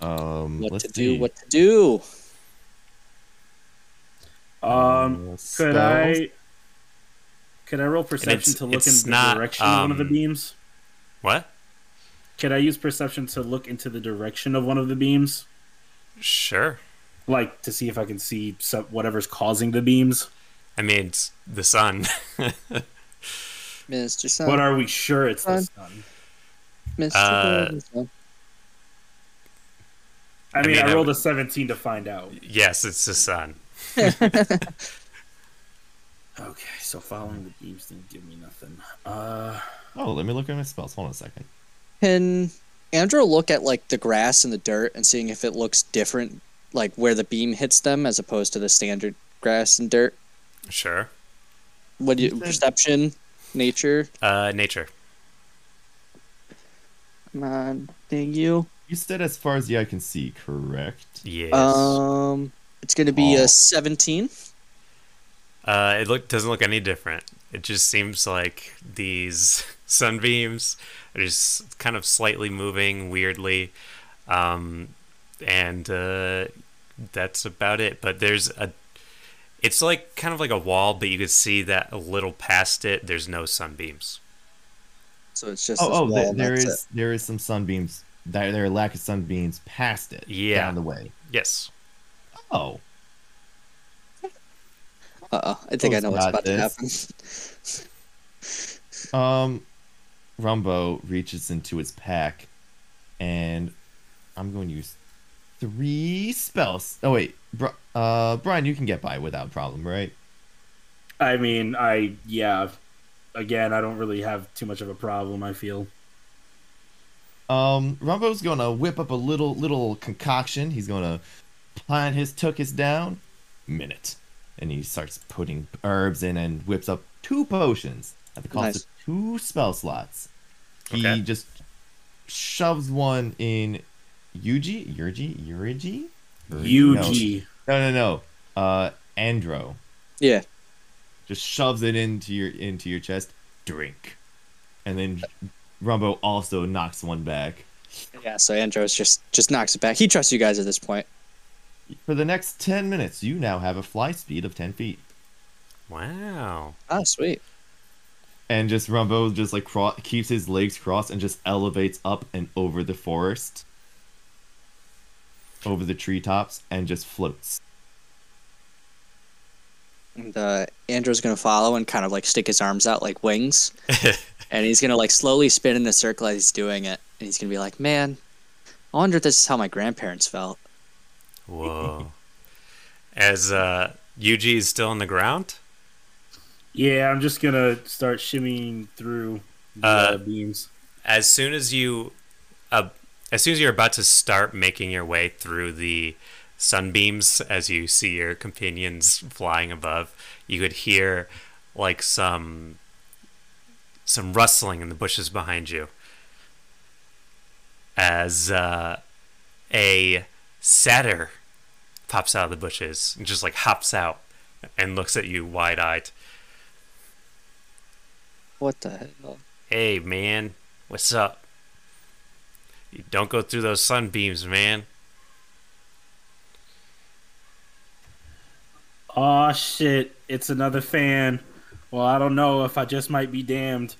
[SPEAKER 3] Um,
[SPEAKER 2] What
[SPEAKER 3] let's
[SPEAKER 2] to
[SPEAKER 3] see.
[SPEAKER 2] do? What to do?
[SPEAKER 4] um,
[SPEAKER 3] Uh,
[SPEAKER 4] could
[SPEAKER 3] spells?
[SPEAKER 4] I? Could I roll perception
[SPEAKER 1] it's-
[SPEAKER 4] to look in
[SPEAKER 1] it's
[SPEAKER 4] the
[SPEAKER 1] not,
[SPEAKER 4] direction of one of the
[SPEAKER 1] um,
[SPEAKER 4] beams?
[SPEAKER 1] what
[SPEAKER 4] Could I use perception to look into the direction of one of the beams,
[SPEAKER 1] sure
[SPEAKER 4] like to see if I can see some, whatever's causing the beams?
[SPEAKER 1] i mean it's the sun <laughs>
[SPEAKER 2] Mr. Sun.
[SPEAKER 4] But are we sure it's the
[SPEAKER 2] Fine.
[SPEAKER 4] sun?
[SPEAKER 2] Mr.
[SPEAKER 1] Uh,
[SPEAKER 2] Sun.
[SPEAKER 4] I mean, I,
[SPEAKER 1] mean, I
[SPEAKER 4] rolled
[SPEAKER 1] would-
[SPEAKER 4] a 17 to find out.
[SPEAKER 1] yes it's the sun
[SPEAKER 4] Okay, so following the beams didn't give me nothing. Uh,
[SPEAKER 3] Oh, let me look at my spells. Hold on a second.
[SPEAKER 2] Can Andrew look at like the grass and the dirt and seeing if it looks different, like where the beam hits them as opposed to the standard grass and dirt?
[SPEAKER 1] sure
[SPEAKER 2] What do you
[SPEAKER 3] Okay.
[SPEAKER 2] perception, nature?
[SPEAKER 1] Uh, nature.
[SPEAKER 2] Come on, dang you.
[SPEAKER 3] You said as far as the eye can see, correct?
[SPEAKER 1] Yes.
[SPEAKER 2] Um, it's gonna be
[SPEAKER 3] Oh.
[SPEAKER 2] a seventeen.
[SPEAKER 1] Uh, it look doesn't look any different. It just seems like these <laughs> sunbeams are just kind of slightly moving weirdly, um, and uh, that's about it. But there's a, it's like kind of like a wall, but you can see that a little past it. There's no sunbeams.
[SPEAKER 2] So it's just.
[SPEAKER 3] Oh,
[SPEAKER 2] this
[SPEAKER 3] oh,
[SPEAKER 2] wall
[SPEAKER 3] there-
[SPEAKER 2] and
[SPEAKER 3] there
[SPEAKER 2] that's
[SPEAKER 3] is
[SPEAKER 2] it.
[SPEAKER 3] there is some sunbeams. There, there are lack of sunbeams past it.
[SPEAKER 1] Yeah.
[SPEAKER 3] down the way.
[SPEAKER 1] Yes.
[SPEAKER 3] Oh,
[SPEAKER 2] Uh-oh, Uh-uh, I think I
[SPEAKER 3] Those
[SPEAKER 2] know what's
[SPEAKER 3] got
[SPEAKER 2] about to
[SPEAKER 3] this.
[SPEAKER 2] happen.
[SPEAKER 3] um, Rumbo reaches into his pack, and I'm going to use three spells. Oh wait, Bri- uh, Brian, you can get by without problem, right?
[SPEAKER 4] I mean, I yeah. Again, I don't really have too much of a problem. I feel.
[SPEAKER 3] Um, Rumbo's gonna whip up a little little concoction. He's gonna pine his tuckus down. Minute, and he starts putting herbs in and whips up two potions at the cost
[SPEAKER 2] Nice.
[SPEAKER 3] of two spell slots. He
[SPEAKER 1] Okay.
[SPEAKER 3] just shoves one in Yuji, Yurji, Yuriji,
[SPEAKER 4] UG.
[SPEAKER 3] No, no, no. no. Uh, Andro
[SPEAKER 2] Yeah.
[SPEAKER 3] just shoves it into your into your chest. Drink, and then Rumbo also knocks one back.
[SPEAKER 2] <laughs> Yeah, so Andros just just knocks it back. He trusts you guys at this point.
[SPEAKER 3] For the next 10 minutes, you now have a fly speed of 10 feet.
[SPEAKER 1] <laughs> Wow.
[SPEAKER 2] Oh, sweet.
[SPEAKER 3] And just Rumbo just like cro- keeps his legs crossed and just elevates up and over the forest, over the treetops, and just floats.
[SPEAKER 2] And uh, Andrew's gonna follow and kind of like stick his arms out like wings, and he's gonna like slowly spin in a circle as he's doing it, and he's gonna be like, "Man, I wonder if this is how my grandparents felt."
[SPEAKER 1] Whoa. As uh, Yuji is still on the ground.
[SPEAKER 4] Yeah, I'm just gonna start shimmying through the
[SPEAKER 1] Uh,
[SPEAKER 4] beams.
[SPEAKER 1] as soon as you uh, as soon as you're about to start making your way through the sunbeams as you see your companions flying above you could hear like some some rustling in the bushes behind you as uh, a satyr pops out of the bushes and just like hops out and looks at you wide-eyed
[SPEAKER 2] What the hell?
[SPEAKER 1] Hey, man, what's up? You don't go through those sunbeams, man.
[SPEAKER 4] Oh shit! It's another fan. Well, I don't know if I just might be damned.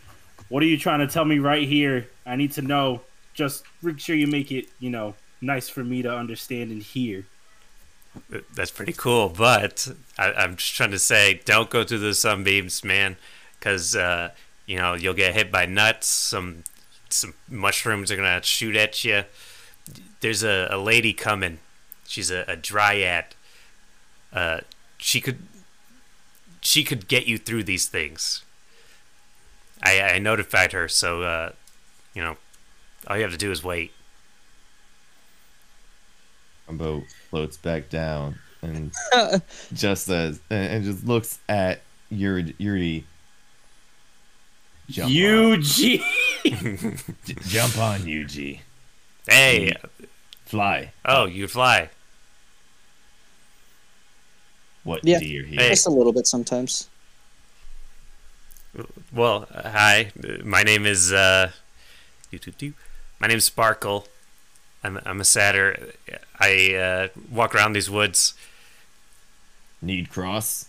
[SPEAKER 4] What are you trying to tell me right here? I need to know. Just make sure you make it, you know, nice for me to understand and hear.
[SPEAKER 1] Th- That's pretty cool, but I, I'm just trying to say, don't go through those sunbeams, man, because uh, you know you'll get hit by nuts. Some some mushrooms are gonna shoot at you. There's a, a lady coming. She's a, a dryad. Uh, she could she could get you through these things. I, I notified her, so uh, you know all you have to do is wait.
[SPEAKER 3] Rumbo floats back down and just says, and, and just looks at Yuri. Yuri. Jump on.
[SPEAKER 4] UG.
[SPEAKER 3] J- Jump on, Yuji.
[SPEAKER 1] Hey,
[SPEAKER 3] Fly.
[SPEAKER 1] oh, you fly.
[SPEAKER 3] What
[SPEAKER 2] Yeah.
[SPEAKER 3] do you hear?
[SPEAKER 1] Hey.
[SPEAKER 2] Just a little bit sometimes.
[SPEAKER 1] Well, uh, hi. Uh, My name is uh, doo, doo, doo. my name's Sparkle. I'm I'm a satyr. I uh, walk around these woods.
[SPEAKER 3] Need cross?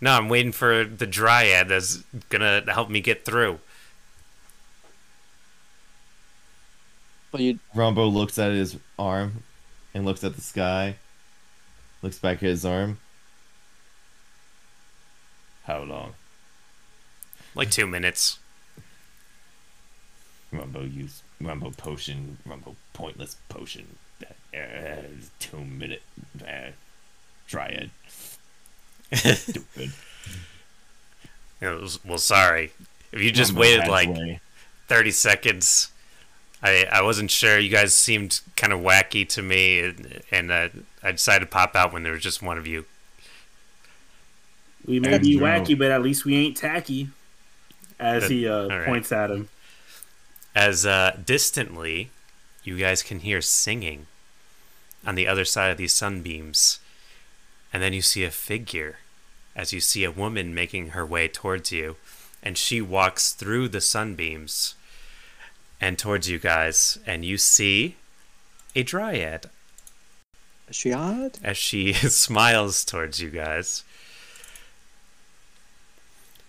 [SPEAKER 1] No, I'm waiting for the dryad that's gonna help me get through.
[SPEAKER 2] But you
[SPEAKER 3] Rumbo looks at his arm and looks at the sky. Looks back at his arm. How long?
[SPEAKER 1] Like two minutes.
[SPEAKER 3] Rumbo use Rumbo potion. Rumbo pointless potion. Eh, two minute. eh, dryad. Stupid.
[SPEAKER 1] It was- well, sorry. If you just
[SPEAKER 3] Rumbo
[SPEAKER 1] waited
[SPEAKER 3] has
[SPEAKER 1] like
[SPEAKER 3] way.
[SPEAKER 1] 30 seconds, I I wasn't sure. You guys seemed kind of wacky to me, and, and uh, I decided to pop out when there was just one of you.
[SPEAKER 4] We may be
[SPEAKER 3] Andrew.
[SPEAKER 4] wacky, but at least we ain't tacky. As he uh,
[SPEAKER 1] All right.
[SPEAKER 4] points at him.
[SPEAKER 1] As uh, distantly, you guys can hear singing on the other side of these sunbeams. And then you see a figure as you see a woman making her way towards you. And she walks through the sunbeams and towards you guys. And you see a dryad
[SPEAKER 2] Is she odd?
[SPEAKER 1] as she <laughs> smiles towards you guys.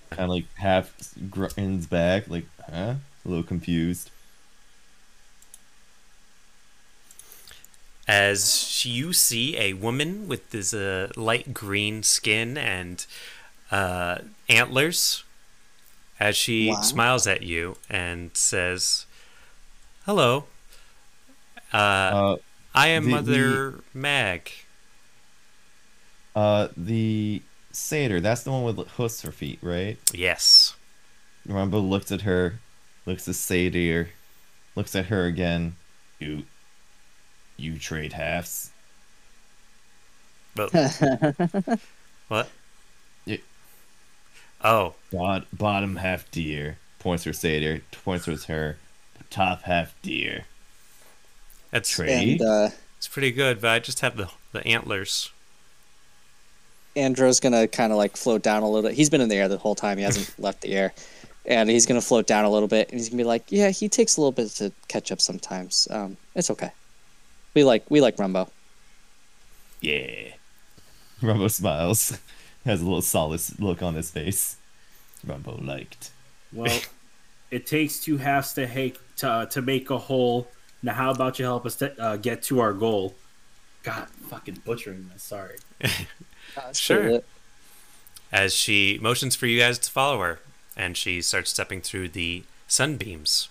[SPEAKER 3] Kind of like half grins back, like, huh? A little confused.
[SPEAKER 1] as sh- you see a woman with this uh, light green skin and uh, antlers as she
[SPEAKER 2] Wow.
[SPEAKER 1] smiles at you and says hello uh,
[SPEAKER 3] Uh,
[SPEAKER 1] i am
[SPEAKER 3] the-
[SPEAKER 1] mother mag
[SPEAKER 3] uh, the satyr, that's the one with hoofs for feet, right?
[SPEAKER 1] yes
[SPEAKER 3] Rumbo looks at her, looks at Satyr, looks at her again. You, you trade halves. <laughs>
[SPEAKER 1] but
[SPEAKER 2] I
[SPEAKER 1] what
[SPEAKER 3] Yeah.
[SPEAKER 1] oh
[SPEAKER 3] Bot, bottom half deer. Points for Satyr. Points towards her. Top half deer.
[SPEAKER 1] that's
[SPEAKER 3] Trade.
[SPEAKER 2] and uh,
[SPEAKER 1] it's pretty good but i just have the, the antlers
[SPEAKER 2] Andro's gonna kind of like float down a little. He's been in the air the whole time. He hasn't left the air, and he's gonna float down a little bit. And he's gonna be like, "Yeah, he takes a little bit to catch up sometimes. Um, it's okay. We like we like Rumbo.
[SPEAKER 3] Yeah. <laughs> Rumbo smiles. <laughs> Has a little solace look on his face. Rumbo liked.
[SPEAKER 1] <laughs>
[SPEAKER 4] Well, it takes two halves to, hake, to, uh, to make a whole. Now, how about you help us to, uh, get to our goal? God, fucking butchering this. Sorry.
[SPEAKER 1] Sure. as she motions for you guys to follow her and she starts stepping through the sunbeams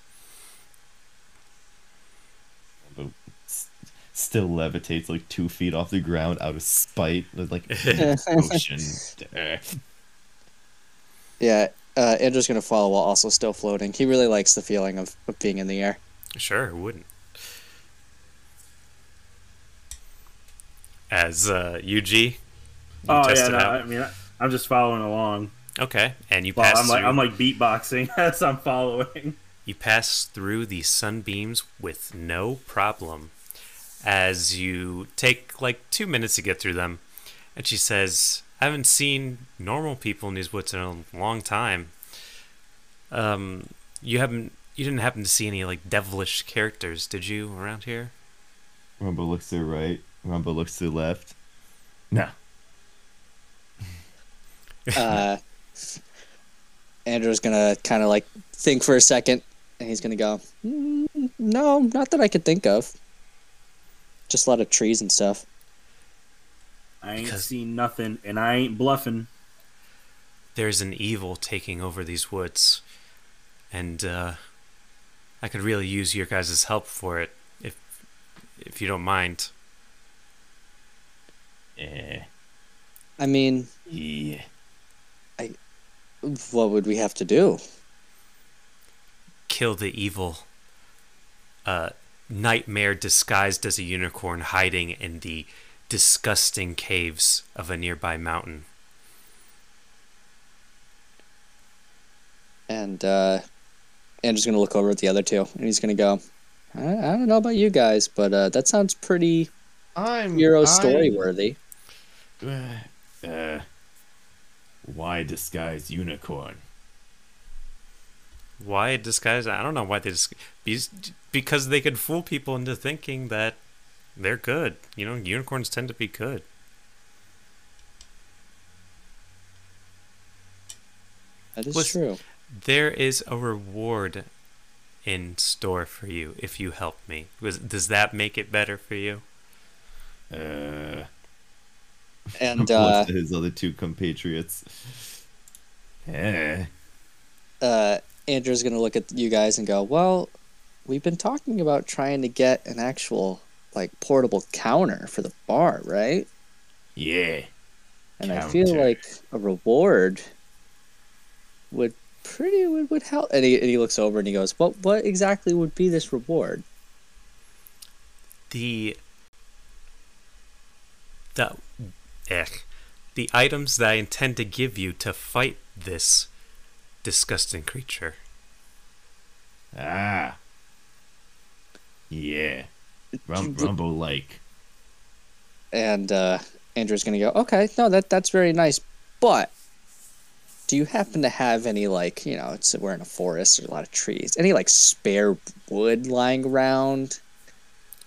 [SPEAKER 3] Rumbo s- still levitates like two feet off the ground out of spite. with, Like ocean. Eh.
[SPEAKER 2] Yeah, uh, Andrew's gonna follow while also still floating. He really likes the feeling of, of being in the air.
[SPEAKER 1] Sure, who wouldn't? As uh, UG,
[SPEAKER 4] Oh
[SPEAKER 1] test
[SPEAKER 4] yeah,
[SPEAKER 1] it
[SPEAKER 4] no,
[SPEAKER 1] out.
[SPEAKER 4] I mean, I, I'm just following along.
[SPEAKER 1] okay, and you
[SPEAKER 4] Well,
[SPEAKER 1] pass
[SPEAKER 4] I'm like
[SPEAKER 1] through,
[SPEAKER 4] I'm like beatboxing <laughs> as I'm following.
[SPEAKER 1] you pass through the sunbeams with no problem. As you take like two minutes to get through them, and she says, "I haven't seen normal people in these woods in a long time. Um, you haven't, you didn't happen to see any like devilish characters, did you, around here?"
[SPEAKER 3] Rumbo looks to the right. Rumbo looks to the left. No.
[SPEAKER 2] Uh, Andrew's gonna kind of like think for a second, and he's gonna go, "Mm, "No, not that I could think of. Just a lot of trees and stuff."
[SPEAKER 4] I ain't
[SPEAKER 1] Because-
[SPEAKER 4] seen nothing, and I ain't bluffing.
[SPEAKER 1] there's an evil taking over these woods, and uh, I could really use your guys' help for it, if if you don't mind.
[SPEAKER 3] Eh.
[SPEAKER 2] I mean,
[SPEAKER 3] Yeah.
[SPEAKER 2] what would we have to do?
[SPEAKER 1] Kill the evil uh, nightmare disguised as a unicorn hiding in the disgusting caves of a nearby mountain.
[SPEAKER 2] And uh, Andrew's gonna look over at the other two, and he's gonna go, "I, I don't know about you guys, but uh, that sounds pretty
[SPEAKER 3] I'm
[SPEAKER 2] hero
[SPEAKER 3] I'm-
[SPEAKER 2] story worthy."
[SPEAKER 3] Uh, why disguise unicorn?
[SPEAKER 1] Why disguise? I don't know why they dis- be- because they could fool people into thinking that they're good. You know, unicorns tend to be good.
[SPEAKER 2] That is
[SPEAKER 1] Listen-
[SPEAKER 2] true.
[SPEAKER 1] There is a reward in store for you if you help me. Was, does that make it better for you?
[SPEAKER 3] Uh, <laughs>
[SPEAKER 2] And uh,
[SPEAKER 3] his other two compatriots. Eh.
[SPEAKER 2] uh, Andrew's gonna look at you guys and go, "Well, we've been talking about trying to get an actual like portable counter for the bar, right?
[SPEAKER 3] Yeah.
[SPEAKER 2] And I feel
[SPEAKER 3] Counter.
[SPEAKER 2] like a reward would pretty would, would help." And he, and he looks over and he goes, "What what exactly would be this reward?"
[SPEAKER 1] The the eh, the items that I intend to give you to fight this disgusting creature.
[SPEAKER 3] Ah. Yeah. Rum- Rumbo like.
[SPEAKER 2] And uh, Andrew's gonna go, okay, no, that that's very nice, but do you happen to have any like, you know, it's we're in a forest, there's a lot of trees, any like spare wood lying around?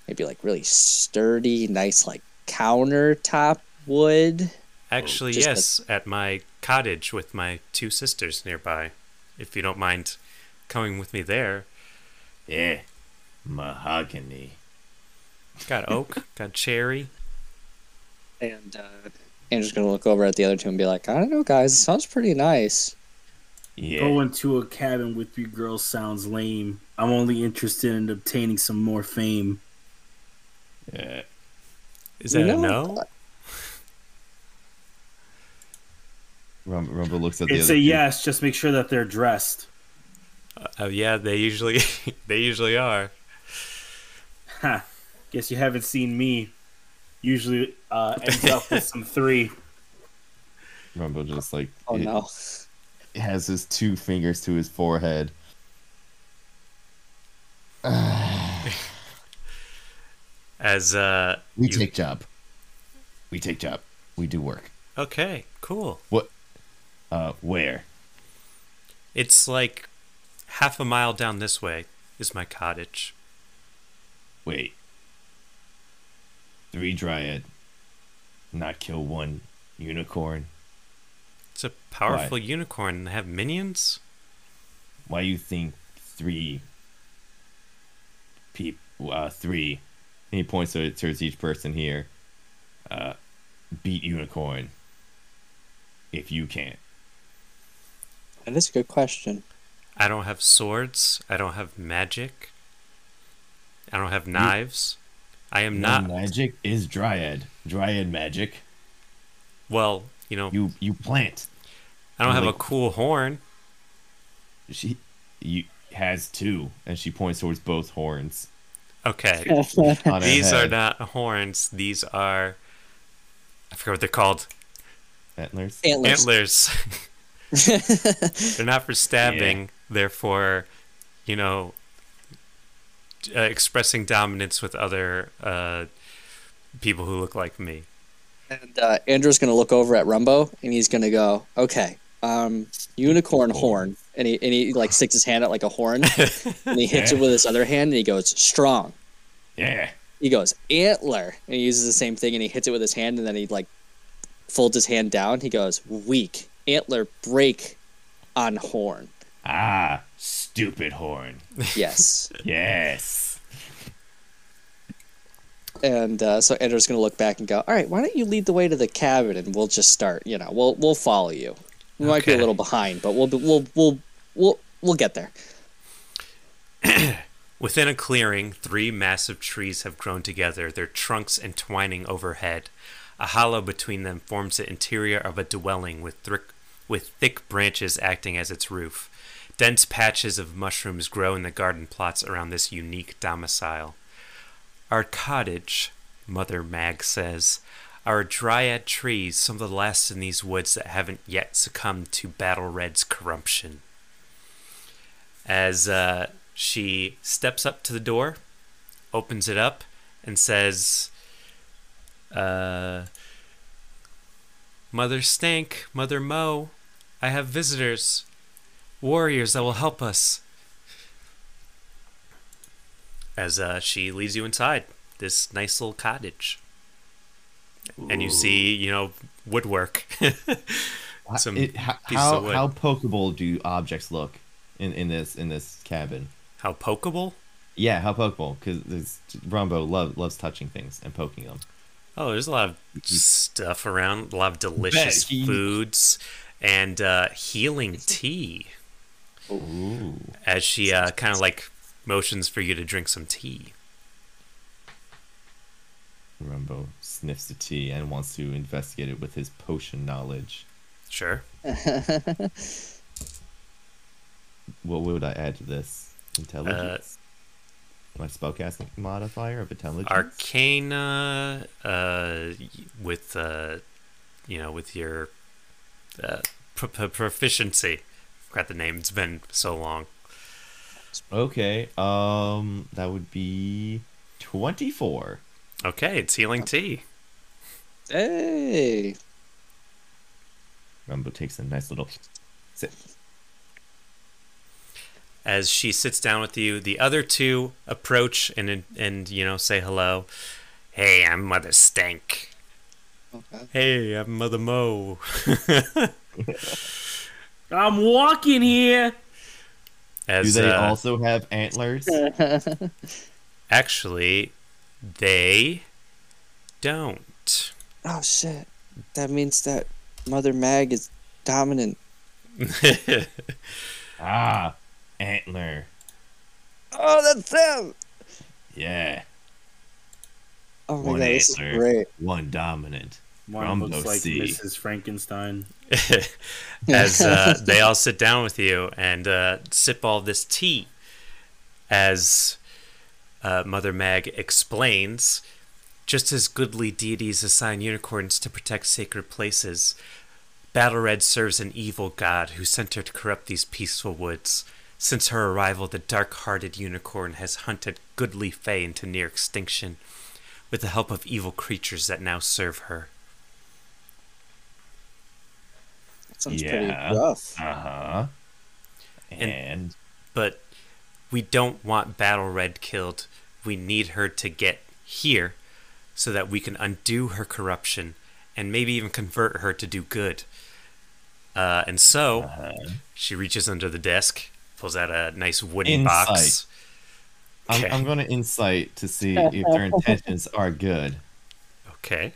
[SPEAKER 2] Maybe like really sturdy, nice like countertop wood.
[SPEAKER 1] Actually,
[SPEAKER 2] Just
[SPEAKER 1] yes, at my cottage with my two sisters nearby. If you don't mind coming with me there,
[SPEAKER 3] Yeah. Eh, Mahogany.
[SPEAKER 1] got oak, got cherry.
[SPEAKER 2] And uh, Andrew's gonna look over at the other two and be like, I don't know, guys, it sounds pretty nice.
[SPEAKER 3] Yeah.
[SPEAKER 4] Going to a cabin with you girls sounds lame. I'm only interested in obtaining some more fame.
[SPEAKER 3] yeah.
[SPEAKER 1] Is that
[SPEAKER 2] You
[SPEAKER 1] a
[SPEAKER 2] know,
[SPEAKER 1] no?
[SPEAKER 3] Rum- Rumbo looks at the
[SPEAKER 4] It's
[SPEAKER 3] other
[SPEAKER 4] a
[SPEAKER 3] two.
[SPEAKER 4] yes, just make sure that they're dressed.
[SPEAKER 1] Uh, yeah, they usually <laughs> they usually are.
[SPEAKER 4] Ha. Guess you haven't seen me. Usually
[SPEAKER 3] <laughs>
[SPEAKER 4] uh, ends up with some three.
[SPEAKER 3] Rumbo just like
[SPEAKER 2] Oh
[SPEAKER 3] it-
[SPEAKER 2] no.
[SPEAKER 3] has his two fingers to his forehead.
[SPEAKER 1] As uh,
[SPEAKER 3] We
[SPEAKER 1] You-
[SPEAKER 3] take job. We take job. We do work.
[SPEAKER 1] okay, cool.
[SPEAKER 3] Uh, where?
[SPEAKER 1] It's like half a mile down this way is my cottage.
[SPEAKER 3] Wait. Three dryad. Not kill one unicorn.
[SPEAKER 1] It's a powerful unicorn. They have minions.
[SPEAKER 3] Why you think three? Peep. Uh, three. And he points to- towards each person here. Uh, beat unicorn. If you can't.
[SPEAKER 2] That is a good
[SPEAKER 1] <laughs>
[SPEAKER 2] question.
[SPEAKER 1] I don't have swords. I don't have magic. I don't have knives. I am
[SPEAKER 3] No
[SPEAKER 1] not
[SPEAKER 3] magic is dryad. Dryad magic.
[SPEAKER 1] well. You know,
[SPEAKER 3] You you plant.
[SPEAKER 1] I don't
[SPEAKER 3] I'm
[SPEAKER 1] have a
[SPEAKER 3] like-
[SPEAKER 1] cool horn.
[SPEAKER 3] She you has two, and she points towards
[SPEAKER 1] <laughs>
[SPEAKER 3] both horns.
[SPEAKER 1] Okay,
[SPEAKER 3] on her
[SPEAKER 1] These are
[SPEAKER 3] head.
[SPEAKER 1] not horns. These are. I forget what they're called.
[SPEAKER 3] antlers.
[SPEAKER 2] Antlers.
[SPEAKER 1] Antlers. <laughs>
[SPEAKER 2] <laughs>
[SPEAKER 1] they're not for stabbing. They're for, you know, uh, expressing dominance with other uh, people who look like me.
[SPEAKER 2] And uh, Andrew's going to look over at Rumbo and he's going to go, okay, um, unicorn horn. And he, and he like sticks his hand out like a horn and he hits it with his other hand and he goes, strong.
[SPEAKER 3] Yeah,
[SPEAKER 2] He goes, antler. And he uses the same thing and he hits it with his hand and then he like folds his hand down. He goes, weak. Antler break on horn.
[SPEAKER 3] ah, stupid horn.
[SPEAKER 2] Yes.
[SPEAKER 3] Yes,
[SPEAKER 2] and uh, so Andrew's going to look back and go, all right, why don't you lead the way to the cabin and we'll just start, you know, we'll, we'll follow you. We might be a
[SPEAKER 1] Okay.
[SPEAKER 2] little behind, but we'll, be- we'll, we'll, we'll, we'll get there.
[SPEAKER 1] Within a clearing, three massive trees have grown together, their trunks entwining overhead. A hollow between them forms the interior of a dwelling with, thrick with thick branches acting as its roof. Dense patches of mushrooms grow in the garden plots around this unique domicile. Our cottage, Mother Mag says, are dryad trees, some of the last in these woods that haven't yet succumbed to Battle Red's corruption as uh, she steps up to the door, opens it up, and says, uh, Mother Stank, Mother Mo, I have visitors, warriors that will help us. As uh, she leads you inside this nice little cottage. And you see, you know, woodwork. <laughs> Some
[SPEAKER 3] It- ho-
[SPEAKER 1] piece
[SPEAKER 3] how
[SPEAKER 1] of wood.
[SPEAKER 3] how pokeable do objects look in in this in this cabin?
[SPEAKER 1] How pokeable?
[SPEAKER 3] Yeah, how pokeable? Because Rumbo love, loves touching things and poking them.
[SPEAKER 1] Oh, there's a lot of stuff around, a lot of delicious
[SPEAKER 3] Bet he-
[SPEAKER 1] foods and uh, healing tea
[SPEAKER 3] Ooh,
[SPEAKER 1] as she uh, kind of like motions for you to drink some tea.
[SPEAKER 3] Rumbo sniffs the tea and wants to investigate it with his potion knowledge.
[SPEAKER 1] Sure.
[SPEAKER 3] What would I add to this? Intelligence.
[SPEAKER 1] Uh,
[SPEAKER 3] My spellcasting modifier of intelligence.
[SPEAKER 1] Arcana uh, with, uh, you know, with your uh, pro- pro- proficiency. Forgot the name, it's been so long.
[SPEAKER 3] Okay. Um, that would be twenty-four.
[SPEAKER 1] Okay, it's healing tea.
[SPEAKER 2] Hey.
[SPEAKER 3] Rumbo takes a nice little. sip.
[SPEAKER 1] As she sits down with you, the other two approach and and you know say hello. Hey, I'm Mother Stank.
[SPEAKER 2] Okay.
[SPEAKER 1] Hey, I'm Mother Mo.
[SPEAKER 4] I'm walking here.
[SPEAKER 1] As
[SPEAKER 3] Do they
[SPEAKER 1] uh,
[SPEAKER 3] also have antlers?
[SPEAKER 1] actually, they <laughs> don't.
[SPEAKER 2] oh shit. That means that Mother Mag is dominant.
[SPEAKER 3] ah, antler.
[SPEAKER 2] Oh, that's them.
[SPEAKER 3] Yeah,
[SPEAKER 2] Oh my
[SPEAKER 3] One
[SPEAKER 2] god, this is
[SPEAKER 3] answer.
[SPEAKER 2] great.
[SPEAKER 3] one dominant.
[SPEAKER 4] One
[SPEAKER 3] Rumbo
[SPEAKER 4] looks like
[SPEAKER 3] C.
[SPEAKER 4] Mrs. Frankenstein.
[SPEAKER 1] as uh, they all sit down with you and uh, sip all this tea. As uh, Mother Mag explains, just as goodly deities assign unicorns to protect sacred places, Battle Red serves an evil god who sent her to corrupt these peaceful woods. Since her arrival, the dark hearted unicorn has hunted Goodly Fay into near extinction with the help of evil creatures that now serve her.
[SPEAKER 2] That sounds
[SPEAKER 3] Yeah.
[SPEAKER 2] pretty rough.
[SPEAKER 3] Uh huh.
[SPEAKER 1] And-
[SPEAKER 3] And
[SPEAKER 1] but we don't want Battle Red killed. We need her to get here so that we can undo her corruption and maybe even convert her to do good. Uh, and so she reaches under the desk, pulls out a nice wooden box. Okay.
[SPEAKER 3] I'm, I'm going to insight to see if their intentions are good.
[SPEAKER 1] okay.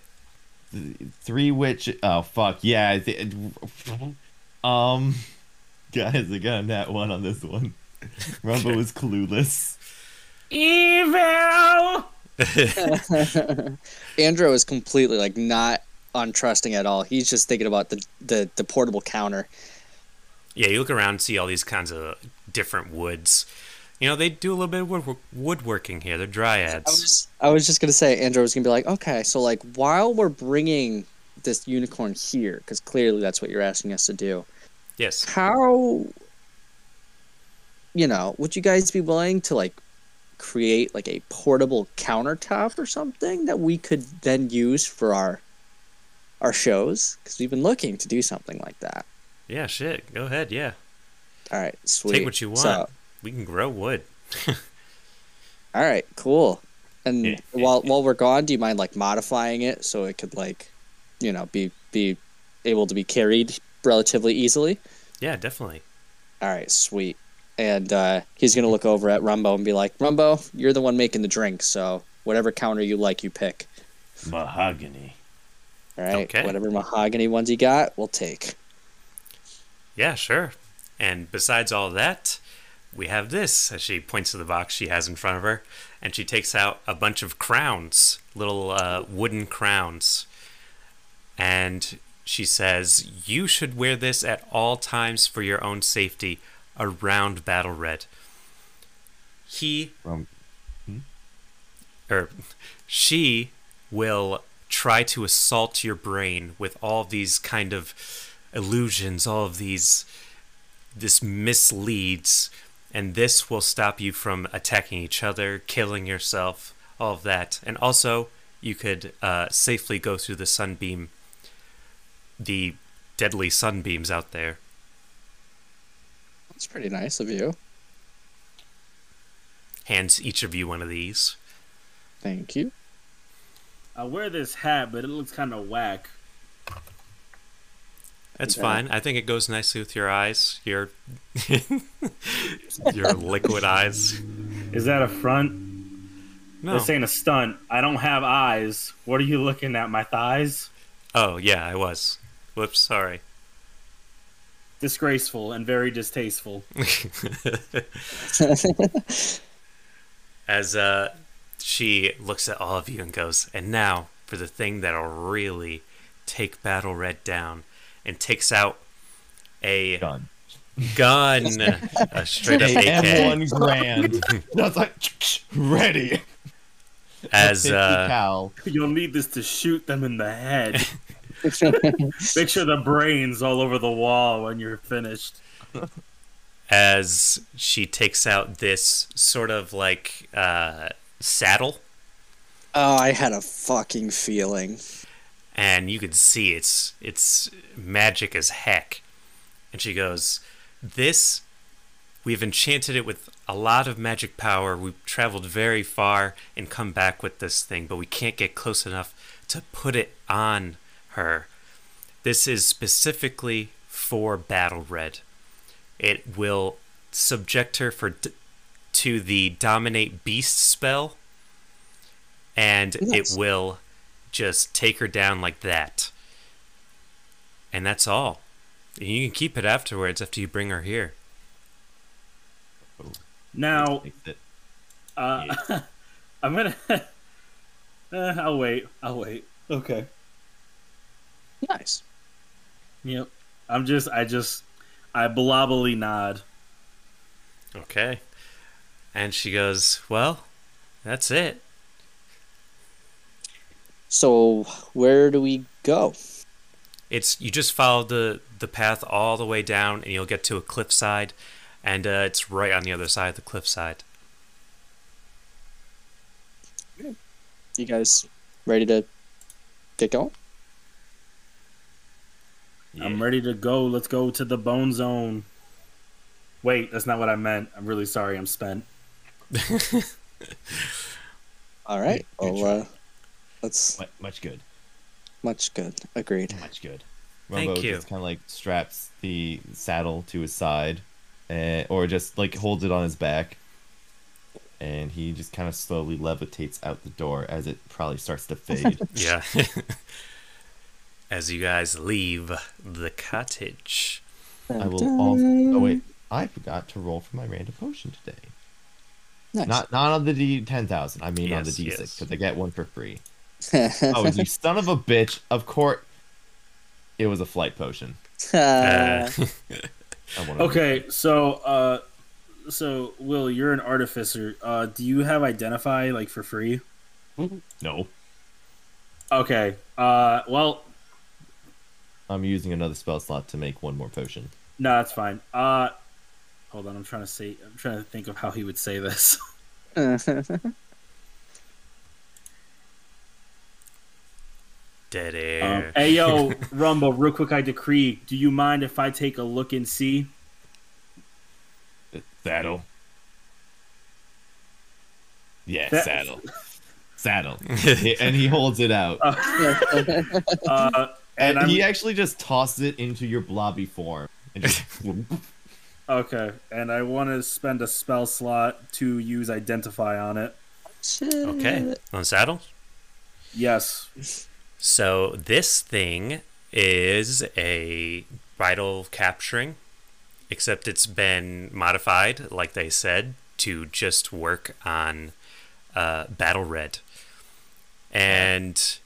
[SPEAKER 3] Three witch. Oh fuck yeah! I thi- um, <laughs> guys, I got a nat one on this one. Rumbo was clueless.
[SPEAKER 4] Evil.
[SPEAKER 2] Andro is completely like not untrusting at all. He's just thinking about the the, the portable counter.
[SPEAKER 1] Yeah, you look around and see all these kinds of different woods. You know, they do a little bit of wood- woodworking here. They're dryads.
[SPEAKER 2] I was I was just gonna say Andro was gonna be like, okay, so like while we're bringing this unicorn here, because clearly that's what you're asking us to do.
[SPEAKER 1] yes.
[SPEAKER 2] How, you know, would you guys be willing to like create like a portable countertop or something that we could then use for our our shows? Because we've been looking to do something like that.
[SPEAKER 1] Yeah, shit. Go ahead. Yeah.
[SPEAKER 2] All right, sweet.
[SPEAKER 1] Take what you want.
[SPEAKER 2] So,
[SPEAKER 1] we can grow wood.
[SPEAKER 2] all right, cool. And
[SPEAKER 3] Yeah.
[SPEAKER 2] while while we're gone, do you mind like modifying it so it could like, you know, be be able to be carried relatively easily?
[SPEAKER 1] Yeah, definitely.
[SPEAKER 2] All right, sweet. And uh, he's gonna look over at Rumbo and be like, "Rumbo, you're the one making the drink, so whatever counter you like, you pick.
[SPEAKER 3] Mahogany.
[SPEAKER 2] All right,
[SPEAKER 1] Okay.
[SPEAKER 2] whatever mahogany ones you got, we'll take."
[SPEAKER 1] Yeah, sure. And besides all that, we have this. As she points to the box she has in front of her, and she takes out a bunch of crowns, little uh, wooden crowns. And she says, You should wear this at all times for your own safety around Battle Red. He
[SPEAKER 3] Rum-
[SPEAKER 1] or she will try to assault your brain with all these kind of illusions, all of these this misleads and this will stop you from attacking each other, killing yourself, all of that. And also you could uh, safely go through the sunbeam the deadly sunbeams out there.
[SPEAKER 2] That's pretty nice of you.
[SPEAKER 1] Hands each of you one of these.
[SPEAKER 2] Thank you.
[SPEAKER 4] I wear this hat, but it looks kind of whack.
[SPEAKER 1] That's
[SPEAKER 2] Okay.
[SPEAKER 1] fine. I think it goes nicely with your eyes, your <laughs> your liquid eyes.
[SPEAKER 4] Is that a front?
[SPEAKER 1] No.
[SPEAKER 4] This ain't a stunt. I don't have eyes. What are you looking at? My thighs?
[SPEAKER 1] Oh yeah, I was. Whoops, sorry.
[SPEAKER 4] Disgraceful and
[SPEAKER 3] <laughs>
[SPEAKER 4] very distasteful.
[SPEAKER 1] As uh, she looks at all of you and goes, and now for the thing that'll really take Battle Red down, and takes out a
[SPEAKER 3] Gun.
[SPEAKER 1] gun, a straight
[SPEAKER 3] <laughs>
[SPEAKER 1] up AK.
[SPEAKER 3] M1 grand. That's like <laughs> ready.
[SPEAKER 1] As
[SPEAKER 3] Fifty
[SPEAKER 1] uh,
[SPEAKER 3] cal.
[SPEAKER 4] You'll need this to shoot them in
[SPEAKER 3] <laughs>
[SPEAKER 4] the head. Make sure the brains all over the wall when you're finished.
[SPEAKER 1] as she takes out this sort of like uh, saddle,
[SPEAKER 2] Oh, I had a fucking feeling.
[SPEAKER 1] and you can see it's it's magic as heck. And she goes, "This, we've enchanted it with a lot of magic power. We've traveled very far and come back with this thing, but we can't get close enough to put it on her. This is specifically for Battle Red. It will subject her for." D- to the dominate beast spell and
[SPEAKER 2] Nice.
[SPEAKER 1] it will just take her down like that. And that's all. And You can keep it afterwards after you bring her here.
[SPEAKER 4] Now,
[SPEAKER 3] Like that-
[SPEAKER 4] uh, <laughs> I'm gonna. uh, I'll wait. I'll wait. Okay.
[SPEAKER 2] Nice.
[SPEAKER 4] Yep. I'm just. I just. I blobbily nod.
[SPEAKER 1] Okay. And she goes, Well, that's it.
[SPEAKER 2] So, where do we go?
[SPEAKER 1] It's you just follow the the path all the way down and you'll get to a cliffside and uh, it's right on the other side of the cliffside.
[SPEAKER 2] You guys ready to get going?
[SPEAKER 4] I'm ready to go. Let's go to the bone zone. Wait, that's not what I meant. I'm really sorry. I'm spent.
[SPEAKER 2] All right.
[SPEAKER 3] Good
[SPEAKER 2] Well, uh, that's
[SPEAKER 3] Mu- Much good.
[SPEAKER 2] much good. Agreed.
[SPEAKER 3] Much good.
[SPEAKER 1] Thank
[SPEAKER 3] Rumbo
[SPEAKER 1] you.
[SPEAKER 3] just kind of like straps the saddle to his side, and, or just like holds it on his back, and he just kind of slowly levitates out the door as it probably starts to fade.
[SPEAKER 1] Yeah. <laughs> As you guys leave the cottage.
[SPEAKER 3] I <laughs> will also. Oh wait, I forgot to roll for my random potion today.
[SPEAKER 2] Nice. <laughs>
[SPEAKER 3] Not not on the D ten thousand. I mean on the
[SPEAKER 1] Yes,
[SPEAKER 3] D six
[SPEAKER 1] yes.
[SPEAKER 3] because I get one for <laughs> free. Oh, you son of a bitch! Of course, it was a flight potion. <laughs>
[SPEAKER 1] Uh,
[SPEAKER 3] I wanna-
[SPEAKER 4] Okay, so uh so Will, you're an artificer. Uh do you have identify like for free?
[SPEAKER 3] No,
[SPEAKER 4] Okay. Uh well,
[SPEAKER 3] I'm using another spell slot to make one more potion.
[SPEAKER 4] no, that's fine. Uh hold on, I'm trying to say I'm trying to think of how he would say this. <laughs>
[SPEAKER 1] Dead
[SPEAKER 4] Um,
[SPEAKER 1] air.
[SPEAKER 4] hey yo, Rumble, real quick I decree, do you mind if I take a look and see? <laughs>
[SPEAKER 3] Saddle. Yeah,
[SPEAKER 4] That- <laughs>
[SPEAKER 3] saddle. Saddle. <laughs> and he holds it out.
[SPEAKER 4] Uh
[SPEAKER 3] and
[SPEAKER 4] and I'm
[SPEAKER 3] he actually just tosses it into your blobby form. And <laughs> just
[SPEAKER 4] okay, and I want to spend a spell slot to use identify on it.
[SPEAKER 1] okay. On saddle?
[SPEAKER 4] Yes.
[SPEAKER 1] So this thing is a bridal capturing, except it's been modified, like they said, to just work on uh, Battle Red, and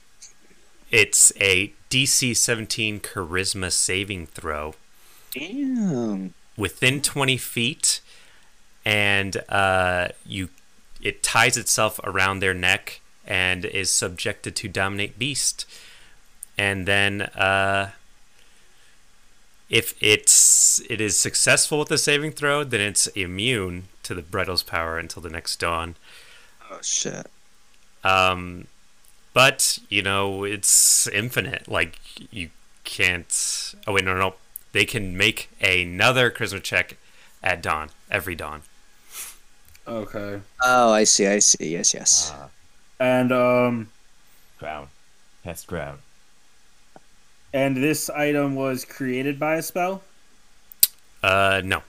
[SPEAKER 1] it's a DC 17 Charisma saving throw
[SPEAKER 2] Damn.
[SPEAKER 1] within 20 feet and uh, you it ties itself around their neck and is subjected to dominate beast and then uh, if it's it is successful with the saving throw then it's immune to the bridle's power until the next dawn
[SPEAKER 2] Oh shit.
[SPEAKER 1] um, but you know, it's infinite. Like you can't. Oh wait, no, no, no. They can make another charisma check at dawn every dawn.
[SPEAKER 4] Okay.
[SPEAKER 2] Oh, I see. I see. Yes, yes.
[SPEAKER 3] Ah,
[SPEAKER 4] And um
[SPEAKER 3] crown. Test crown.
[SPEAKER 4] And this item was created by a spell?
[SPEAKER 1] Uh, no,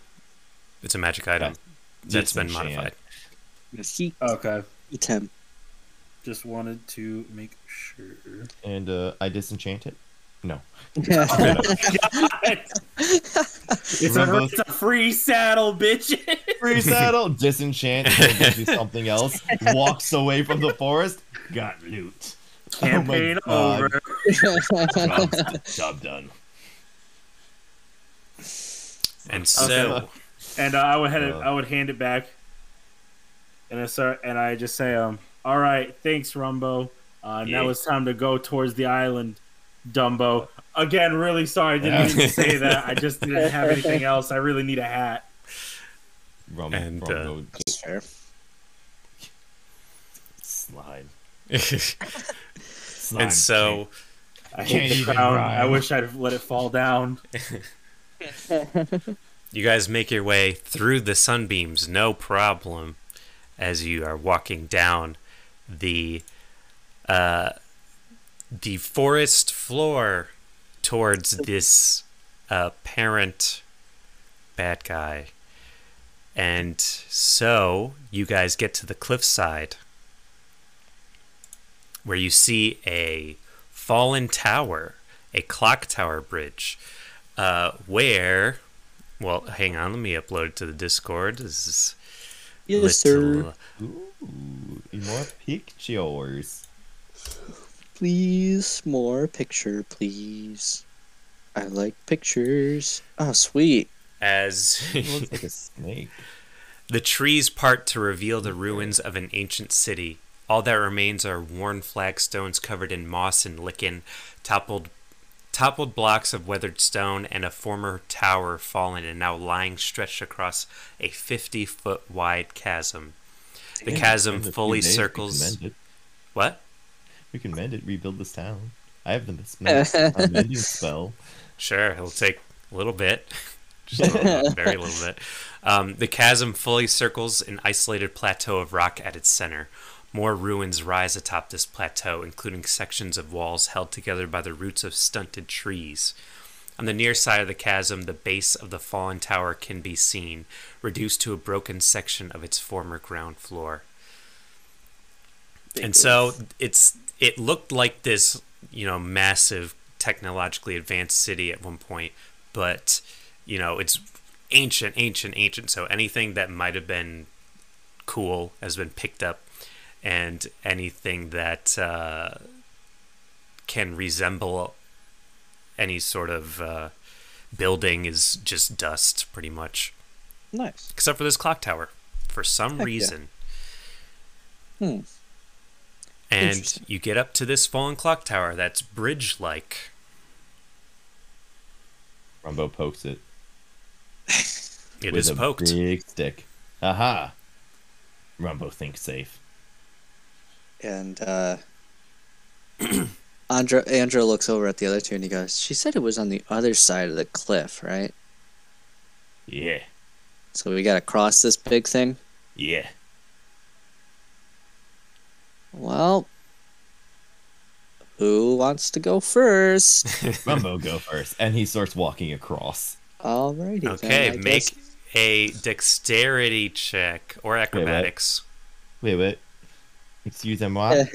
[SPEAKER 1] it's a magic item that's
[SPEAKER 3] That's
[SPEAKER 1] been modified.
[SPEAKER 2] He
[SPEAKER 3] uh,
[SPEAKER 4] Okay.
[SPEAKER 2] eat
[SPEAKER 3] <laughs>
[SPEAKER 2] him.
[SPEAKER 4] Just wanted to make sure.
[SPEAKER 3] And uh, I disenchant it. No.
[SPEAKER 2] <laughs>
[SPEAKER 4] It's a,
[SPEAKER 3] Rumbo- <laughs>
[SPEAKER 4] it's a free saddle, bitch.
[SPEAKER 3] Free
[SPEAKER 4] <laughs>
[SPEAKER 3] saddle, disenchant, and gives you something else. Walks away from the forest. Got
[SPEAKER 4] <laughs>
[SPEAKER 3] loot. Oh my
[SPEAKER 4] Campaign
[SPEAKER 3] God.
[SPEAKER 4] over.
[SPEAKER 3] Job's- job done.
[SPEAKER 1] And so,
[SPEAKER 4] And uh, I would head it,
[SPEAKER 3] Uh.
[SPEAKER 4] I would hand it back. And I start, and I just say, um, all right, thanks, Rumbo. Uh, Now
[SPEAKER 3] Yeah.
[SPEAKER 4] it's time to go towards the island, Dumbo. Again, really sorry I didn't
[SPEAKER 3] Yeah. <laughs>
[SPEAKER 4] mean to say that. I just didn't have anything else. I really need a hat.
[SPEAKER 3] <laughs> Rum
[SPEAKER 1] And,
[SPEAKER 3] from
[SPEAKER 1] uh,
[SPEAKER 3] the
[SPEAKER 2] That's fair.
[SPEAKER 3] slime.
[SPEAKER 1] and
[SPEAKER 3] slime.
[SPEAKER 1] so
[SPEAKER 4] I
[SPEAKER 3] Can't
[SPEAKER 4] hate the
[SPEAKER 3] even
[SPEAKER 4] crown.
[SPEAKER 3] rhyme.
[SPEAKER 4] I wish I'd let it fall down.
[SPEAKER 1] you guys make your way through the sunbeams, no problem, as you are walking down the uh, the forest floor towards this uh, parent bad guy. And so you guys get to the cliffside where you see a fallen tower, a clock tower bridge, uh, where. Well, hang on, let me upload it to the Discord. This is
[SPEAKER 2] Yes,
[SPEAKER 1] little-
[SPEAKER 3] uh,
[SPEAKER 2] sir.
[SPEAKER 3] Ooh, more pictures.
[SPEAKER 2] Please, more picture, please. I like pictures. Oh, sweet.
[SPEAKER 1] As
[SPEAKER 3] It looks like a snake.
[SPEAKER 1] <laughs> The trees part to reveal the ruins of an ancient city. All that remains are worn flagstones covered in moss and lichen, toppled toppled blocks of weathered stone, and a former tower fallen and now lying stretched across a 50 foot wide chasm. The
[SPEAKER 3] Yeah,
[SPEAKER 1] chasm
[SPEAKER 3] in a few
[SPEAKER 1] fully
[SPEAKER 3] days we can
[SPEAKER 1] circles.
[SPEAKER 3] mend it.
[SPEAKER 1] What?
[SPEAKER 3] We can mend it, rebuild this town. I have the mis- mend- a mending spell.
[SPEAKER 1] Sure, it'll take a little bit. <laughs> Just a little bit, very little bit. Um, the chasm fully circles an isolated plateau of rock at its center. More ruins rise atop this plateau, including sections of walls held together by the roots of stunted trees. On the near side of the chasm, the base of the fallen tower can be seen, reduced to a broken section of its former ground floor and so it's it looked like this you know massive technologically advanced city at one point but you know it's ancient ancient ancient so anything that might have been cool has been picked up and anything that uh, can resemble any sort of uh, building is just dust pretty much
[SPEAKER 2] nice.
[SPEAKER 1] except for this clock tower for some
[SPEAKER 2] Heck yeah.
[SPEAKER 1] reason
[SPEAKER 2] Hmm.
[SPEAKER 1] and
[SPEAKER 2] Interesting.
[SPEAKER 1] you get up to this fallen clock tower that's bridge like
[SPEAKER 3] Rumbo pokes it.
[SPEAKER 1] It
[SPEAKER 3] with
[SPEAKER 1] is
[SPEAKER 3] a
[SPEAKER 1] poked
[SPEAKER 3] Big stick. Aha! Rumbo thinks safe.
[SPEAKER 2] And uh, <clears throat> Andra Andra looks over at the other two and he goes, "She said it was on the other side of the cliff, right?
[SPEAKER 3] Yeah,
[SPEAKER 2] So we gotta cross this big thing."
[SPEAKER 1] <laughs>
[SPEAKER 3] yeah.
[SPEAKER 2] Well, who wants to
[SPEAKER 1] <laughs>
[SPEAKER 2] go first?
[SPEAKER 3] Rumbo go first, and he starts walking across.
[SPEAKER 2] Alrighty. then,
[SPEAKER 1] okay
[SPEAKER 2] I
[SPEAKER 1] make
[SPEAKER 2] <laughs> guess.
[SPEAKER 1] a dexterity check or acrobatics
[SPEAKER 3] Wait, wait. Excuse me,
[SPEAKER 2] <laughs>
[SPEAKER 3] what?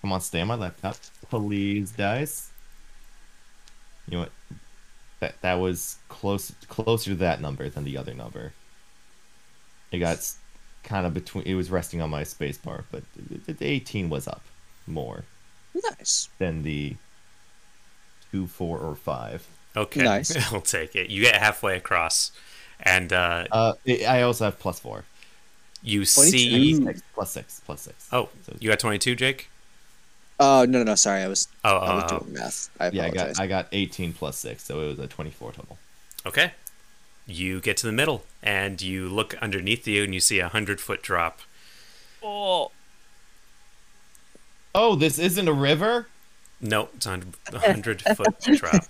[SPEAKER 3] Come on, stay on my laptop, please, dice. You know what? That that was close closer to that number than the other number. It got kind of between. It was resting on my space bar, but the- the eighteen was up more
[SPEAKER 2] nice.
[SPEAKER 3] than the two, four, or five.
[SPEAKER 1] okay <laughs>
[SPEAKER 2] Nice.
[SPEAKER 1] i'll take it you get halfway across and uh,
[SPEAKER 3] Uh, it, I also have plus four,
[SPEAKER 1] you
[SPEAKER 2] 22.
[SPEAKER 1] see
[SPEAKER 3] six, plus six, plus six.
[SPEAKER 1] oh
[SPEAKER 3] So,
[SPEAKER 1] you got 22 jake
[SPEAKER 2] Oh no no no! Sorry, I was
[SPEAKER 1] oh,
[SPEAKER 2] I
[SPEAKER 1] oh,
[SPEAKER 2] was
[SPEAKER 1] oh.
[SPEAKER 2] doing math. I
[SPEAKER 3] yeah, I
[SPEAKER 2] apologize.
[SPEAKER 3] got I got eighteen plus six, so it was a twenty-four total.
[SPEAKER 1] Okay. You get to the middle and you look underneath you and you see a hundred foot drop.
[SPEAKER 3] Oh, this isn't a river.
[SPEAKER 1] No, it's a
[SPEAKER 2] <laughs>
[SPEAKER 1] hundred foot drop.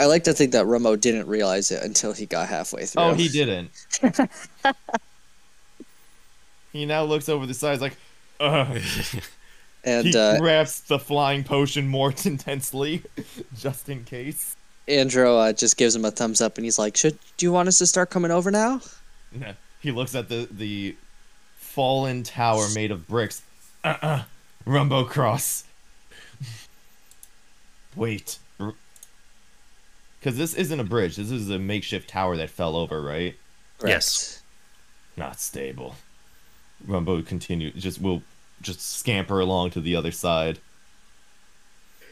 [SPEAKER 2] I like to think that Romo didn't realize it until he got halfway through.
[SPEAKER 3] Oh, he didn't. <laughs> he now looks over the side, he's like, Ugh.
[SPEAKER 2] and
[SPEAKER 3] he
[SPEAKER 2] uh,
[SPEAKER 3] grabs the flying potion more <laughs> intensely, just in case.
[SPEAKER 2] Andro uh, just gives him a thumbs up, and he's like, "Should do you want us to start coming over now?"
[SPEAKER 3] Nah. He looks at the the fallen tower made of bricks. Uh uh Rumbo cross. <laughs> Wait. Because this isn't a bridge. This is a makeshift tower that fell over, right?
[SPEAKER 1] Yes.
[SPEAKER 3] not stable. Rumbo continue just will just scamper along to the other side.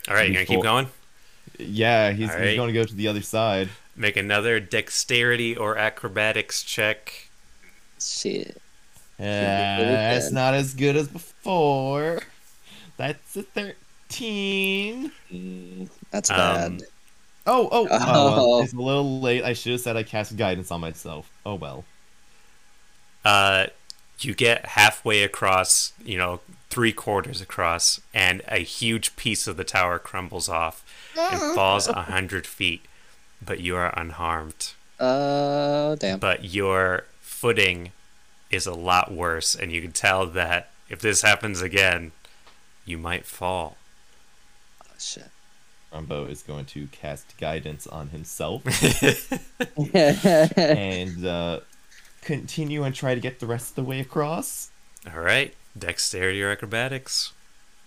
[SPEAKER 1] All right, you're gonna keep
[SPEAKER 3] Before-
[SPEAKER 1] going.
[SPEAKER 3] Yeah, he's,
[SPEAKER 1] Alright.
[SPEAKER 3] he's going to go to the other side.
[SPEAKER 1] Make another dexterity or acrobatics check.
[SPEAKER 2] Shit.
[SPEAKER 3] Uh, that's not as good as before. That's a thirteen.
[SPEAKER 2] That's
[SPEAKER 1] Um,
[SPEAKER 2] bad.
[SPEAKER 3] Oh, oh, oh, well,
[SPEAKER 2] Oh.
[SPEAKER 3] it's a little late. I should have said I cast guidance on myself. Oh well.
[SPEAKER 1] Uh, you get halfway across, you know, three quarters across, and a huge piece of the tower crumbles off and falls a hundred feet, but you are unharmed.
[SPEAKER 2] Uh, damn.
[SPEAKER 1] But your footing is a lot worse, and you can tell that if this happens again, you might fall.
[SPEAKER 2] Shit. <laughs>
[SPEAKER 3] Rumbo is going to cast guidance on himself
[SPEAKER 2] All
[SPEAKER 3] and uh, continue and try to get the rest of the way across.
[SPEAKER 1] All right, dexterity or acrobatics.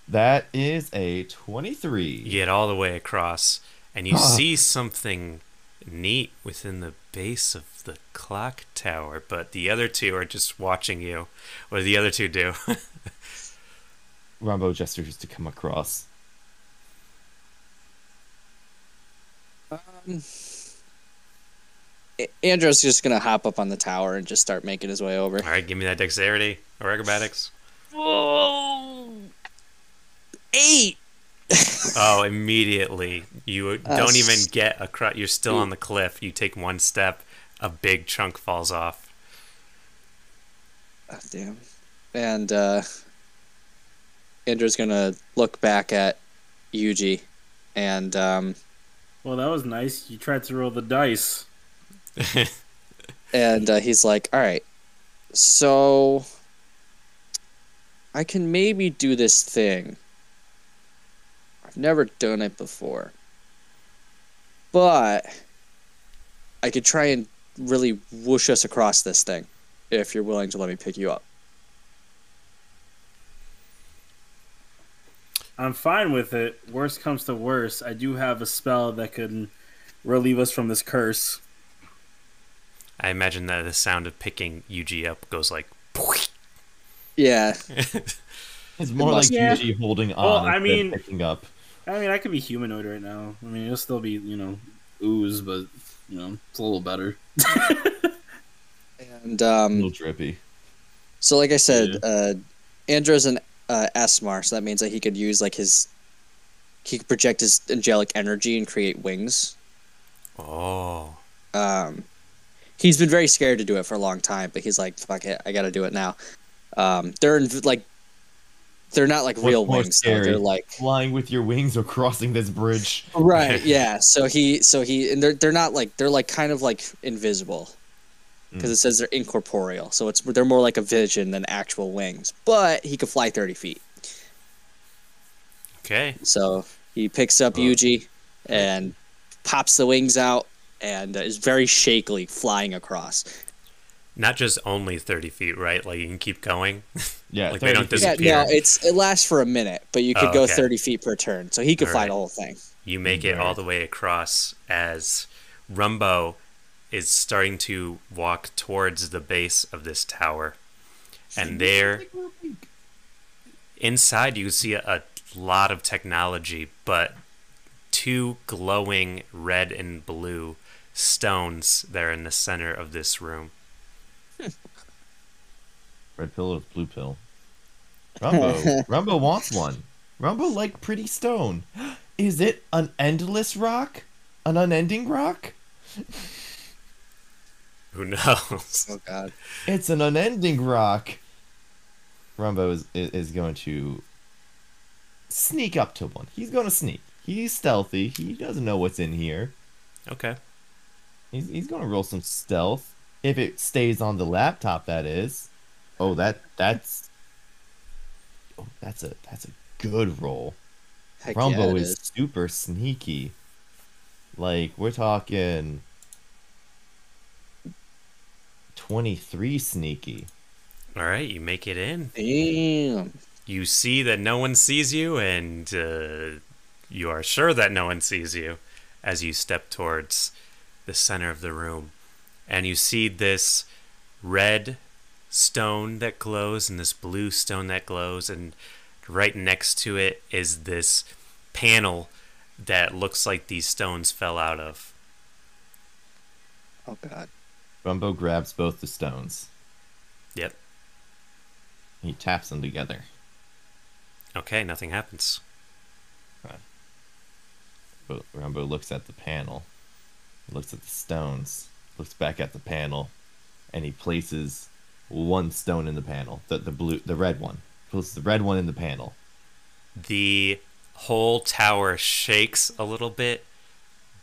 [SPEAKER 3] That is a 23.
[SPEAKER 1] You get all the way across, and you see something neat within the base of the clock tower, but the other two are just watching you. What do the other two do? <laughs>
[SPEAKER 3] Rumbo gestures to come across.
[SPEAKER 2] Um, A- Andrew's just gonna hop up on the tower and just start making his way over.
[SPEAKER 1] all right, give me that dexterity or acrobatics.
[SPEAKER 2] Eight.
[SPEAKER 1] Oh, immediately. You don't
[SPEAKER 2] s-
[SPEAKER 1] even get across. You're still on the cliff. You take one step, a big chunk falls off.
[SPEAKER 2] Oh, damn. And uh, Andrew's gonna look back at Yuji, and um,
[SPEAKER 4] Well, that was nice. You tried to roll the dice.
[SPEAKER 2] and uh, he's like, "All right, so I can maybe do this thing. I've never done it before, but I could try and really whoosh us across this thing if you're willing to let me pick you up."
[SPEAKER 4] I'm fine with it. Worst comes to worst, I do have a spell that can relieve us from this curse.
[SPEAKER 1] I imagine that the sound of picking Yuji up goes like. <laughs>
[SPEAKER 2] Yeah,
[SPEAKER 3] It's more
[SPEAKER 2] must-
[SPEAKER 3] like
[SPEAKER 4] Yeah.
[SPEAKER 3] Yuji holding on.
[SPEAKER 4] Well,
[SPEAKER 3] instead
[SPEAKER 4] I
[SPEAKER 3] of
[SPEAKER 4] mean-
[SPEAKER 3] picking up.
[SPEAKER 4] I mean, I could be humanoid right now. I mean, it'll still be, you know, ooze, but, you know, it's a little better.
[SPEAKER 2] and
[SPEAKER 3] A
[SPEAKER 2] um,
[SPEAKER 3] little drippy.
[SPEAKER 2] So, like I said, uh, Andro's an uh, Asmar, so that means that he could use like his, he could project his angelic energy and create wings.
[SPEAKER 1] Oh.
[SPEAKER 2] Um, he's been very scared to do it for a long time, but he's like, "Fuck it, I got to do it now." Um, they're in, like, they're not like
[SPEAKER 3] What's
[SPEAKER 2] real
[SPEAKER 3] more
[SPEAKER 2] wings. Though.
[SPEAKER 3] scary?
[SPEAKER 2] They're
[SPEAKER 3] <laughs>
[SPEAKER 2] like
[SPEAKER 3] Flying with your wings or crossing this bridge.
[SPEAKER 2] right, yeah. So he, so he, and they're they're not like they're like kind of like invisible
[SPEAKER 3] Hmm.
[SPEAKER 2] because it says they're incorporeal, so it's they're more like a vision than actual wings. But he could fly thirty feet.
[SPEAKER 1] Okay.
[SPEAKER 2] So he picks up
[SPEAKER 3] Oh.
[SPEAKER 2] Yuji and pops the wings out and uh, is very shakily flying across.
[SPEAKER 1] Not just only 30 feet, right? Like you can keep going.
[SPEAKER 3] Yeah,
[SPEAKER 1] Like, they don't
[SPEAKER 3] 30 feet.
[SPEAKER 1] disappear.
[SPEAKER 2] Yeah, no, it's it lasts for a minute, but you could
[SPEAKER 1] Oh,
[SPEAKER 2] go
[SPEAKER 1] okay.
[SPEAKER 2] 30 feet per turn, so he could fly
[SPEAKER 1] Alright.
[SPEAKER 2] the whole thing.
[SPEAKER 1] You make it all the way across as Rumbo is starting to walk towards the base of this tower. And there, inside, you see a, a lot of technology, but two glowing red and blue stones that are in the center of this room.
[SPEAKER 3] Red pill or blue pill? Rumbo. Rumbo wants one. Rumbo like pretty stone. <gasps> Is it an endless rock? An unending rock?
[SPEAKER 1] Who <laughs> knows?
[SPEAKER 2] Oh god.
[SPEAKER 3] It's an unending rock. Rumbo is is is going to sneak up to one. He's going to sneak. He's stealthy. He doesn't know what's in here.
[SPEAKER 1] Okay.
[SPEAKER 3] He's he's going to roll some stealth if it stays on the laptop. That is. Oh, that that's. Oh, that's a that's a good roll.
[SPEAKER 2] Heck yeah,
[SPEAKER 3] Rumbo
[SPEAKER 2] it
[SPEAKER 3] is, super sneaky. Like we're talking 23 sneaky.
[SPEAKER 1] All right, you make it in.
[SPEAKER 2] Damn.
[SPEAKER 1] You see that no one sees you, and uh, you are sure that no one sees you as you step towards the center of the room. And you see this red stone that glows and this blue stone that glows, and right next to it is this panel that looks like these stones fell out of.
[SPEAKER 2] Oh god.
[SPEAKER 3] Rumbo grabs both the stones.
[SPEAKER 1] Yep.
[SPEAKER 3] He taps them together.
[SPEAKER 1] Okay, nothing happens.
[SPEAKER 3] But Rumbo looks at the panel. Looks at the stones. Looks back at the panel. And he places one stone in the panel. The the blue the red one. Puts the red one in the panel.
[SPEAKER 1] The whole tower shakes a little bit,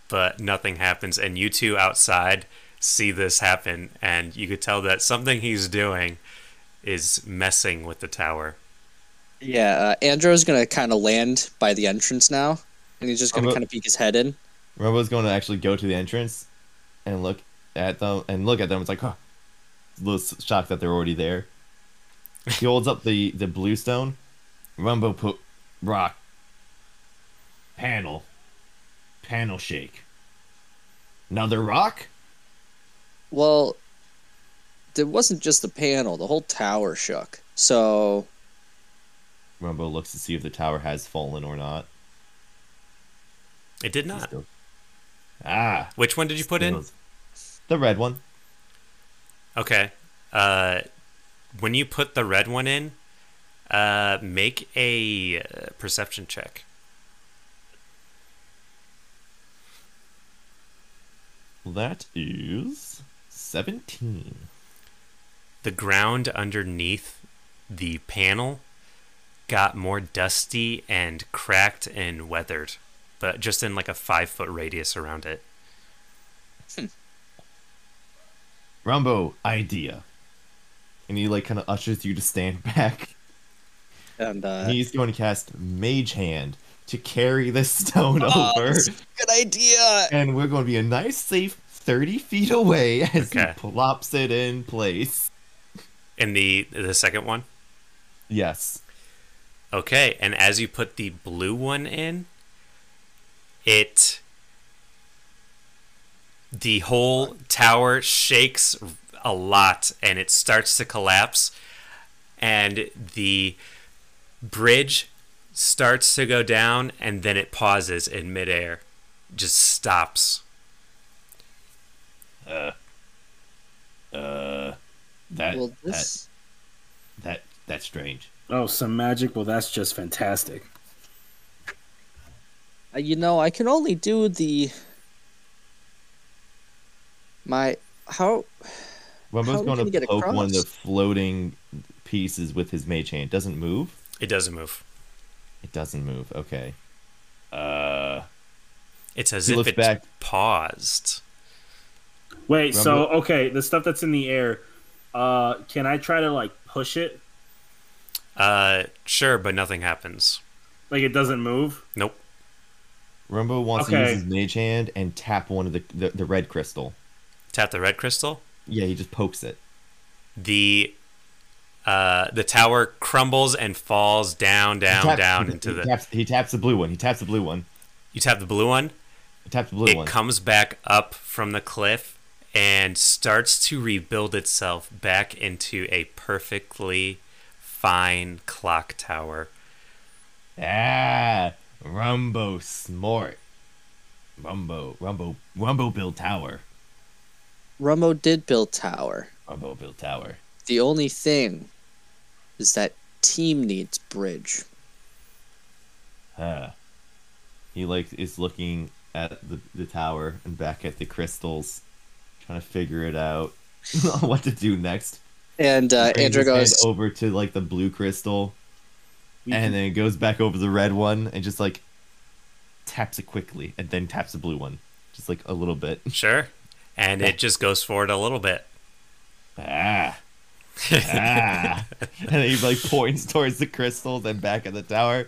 [SPEAKER 1] but nothing happens. And you two outside see this happen, and you could tell that something he's doing is messing with the tower.
[SPEAKER 2] Yeah, uh, Andrew's gonna kind of land by the entrance now, and he's just gonna
[SPEAKER 3] How about-
[SPEAKER 2] kind of peek his head in.
[SPEAKER 3] Robo's going to actually go to the entrance and look at them and look at them. It's like, huh. A little s- shocked that they're already there. He holds up the the blue stone. Rumbo put rock. Panel. Panel shake. Another rock?
[SPEAKER 2] Well, it wasn't just the panel; the whole tower shook. So
[SPEAKER 3] Rumbo looks to see if the tower has fallen or not.
[SPEAKER 1] It did not.
[SPEAKER 3] Ah.
[SPEAKER 1] Which one did you put in?
[SPEAKER 3] The red one.
[SPEAKER 1] Okay. Uh, when you put the red one in, uh, make a uh, perception check.
[SPEAKER 3] That is 17.
[SPEAKER 1] the ground underneath the panel got more dusty and cracked and weathered, but just in like a five foot radius around it.
[SPEAKER 3] Rumbo idea. And he like kind of ushers you to stand <laughs> back.
[SPEAKER 2] and uh,
[SPEAKER 3] He's going to cast Mage Hand to carry this <laughs> stone over,
[SPEAKER 2] good idea.
[SPEAKER 3] and we're going to be a nice, safe thirty feet away <laughs> as
[SPEAKER 1] Okay.
[SPEAKER 3] he plops it in place.
[SPEAKER 1] And the the second one,
[SPEAKER 3] Yes,
[SPEAKER 1] okay. And as you put the blue one in, it the whole tower shakes a lot and it starts to collapse, and the bridge starts to go down and then it pauses in midair, just stops.
[SPEAKER 3] that
[SPEAKER 2] Well, this
[SPEAKER 3] that that that's strange.
[SPEAKER 4] Oh, some magic. Well, that's just fantastic.
[SPEAKER 2] uh, you know I can only do the my how How
[SPEAKER 3] Rumbo's
[SPEAKER 2] are we
[SPEAKER 3] going
[SPEAKER 2] gonna
[SPEAKER 3] to
[SPEAKER 2] get
[SPEAKER 3] poke one of the
[SPEAKER 2] across?
[SPEAKER 3] floating pieces with his Mage Hand. Doesn't move.
[SPEAKER 1] It doesn't move.
[SPEAKER 3] It doesn't move. Okay. Uh.
[SPEAKER 1] It's as
[SPEAKER 3] He
[SPEAKER 1] if
[SPEAKER 3] looks
[SPEAKER 1] it
[SPEAKER 3] back.
[SPEAKER 1] paused.
[SPEAKER 4] Wait, so
[SPEAKER 3] Rumble-
[SPEAKER 4] okay, the stuff that's in the air, uh, can I try to like push it?
[SPEAKER 1] Uh, sure, but nothing happens.
[SPEAKER 4] Like it doesn't move?
[SPEAKER 1] Nope.
[SPEAKER 3] Rumbo wants to
[SPEAKER 4] Okay.
[SPEAKER 3] use his Mage Hand and tap one of the, the the red crystal.
[SPEAKER 1] Tap the red crystal.
[SPEAKER 3] Yeah, he just pokes it.
[SPEAKER 1] The uh, the tower crumbles and falls down, down,
[SPEAKER 3] Tap-
[SPEAKER 1] down
[SPEAKER 3] he-
[SPEAKER 1] into
[SPEAKER 3] he
[SPEAKER 1] the.
[SPEAKER 3] Taps, he taps the blue one. He taps the blue one.
[SPEAKER 1] You tap the blue one.
[SPEAKER 3] He taps the blue
[SPEAKER 1] it
[SPEAKER 3] one.
[SPEAKER 1] comes back up from the cliff and starts to rebuild itself back into a perfectly fine clock
[SPEAKER 3] <laughs>
[SPEAKER 1] tower.
[SPEAKER 3] Ah, Rumbo Smart. Rumbo, Rumbo, Rumbo build tower.
[SPEAKER 2] Rummo did build tower.
[SPEAKER 3] Rumbo build tower.
[SPEAKER 2] The only thing is that team needs bridge.
[SPEAKER 3] Huh. Uh, He like is looking at the, the tower and back at the crystals, trying to figure it out <laughs> what to do next.
[SPEAKER 2] And uh,
[SPEAKER 3] Brings
[SPEAKER 2] Andrew
[SPEAKER 3] his hand
[SPEAKER 2] goes,
[SPEAKER 3] over to like the blue crystal,
[SPEAKER 4] We
[SPEAKER 3] and
[SPEAKER 4] can-
[SPEAKER 3] then it goes back over the red one and just like taps it quickly, and then taps the blue one, just like a little bit.
[SPEAKER 1] Sure. And it just goes forward a little
[SPEAKER 3] <laughs>
[SPEAKER 1] bit. <laughs>
[SPEAKER 3] ah, ah. <laughs> and then he like points towards the crystals and back at the tower.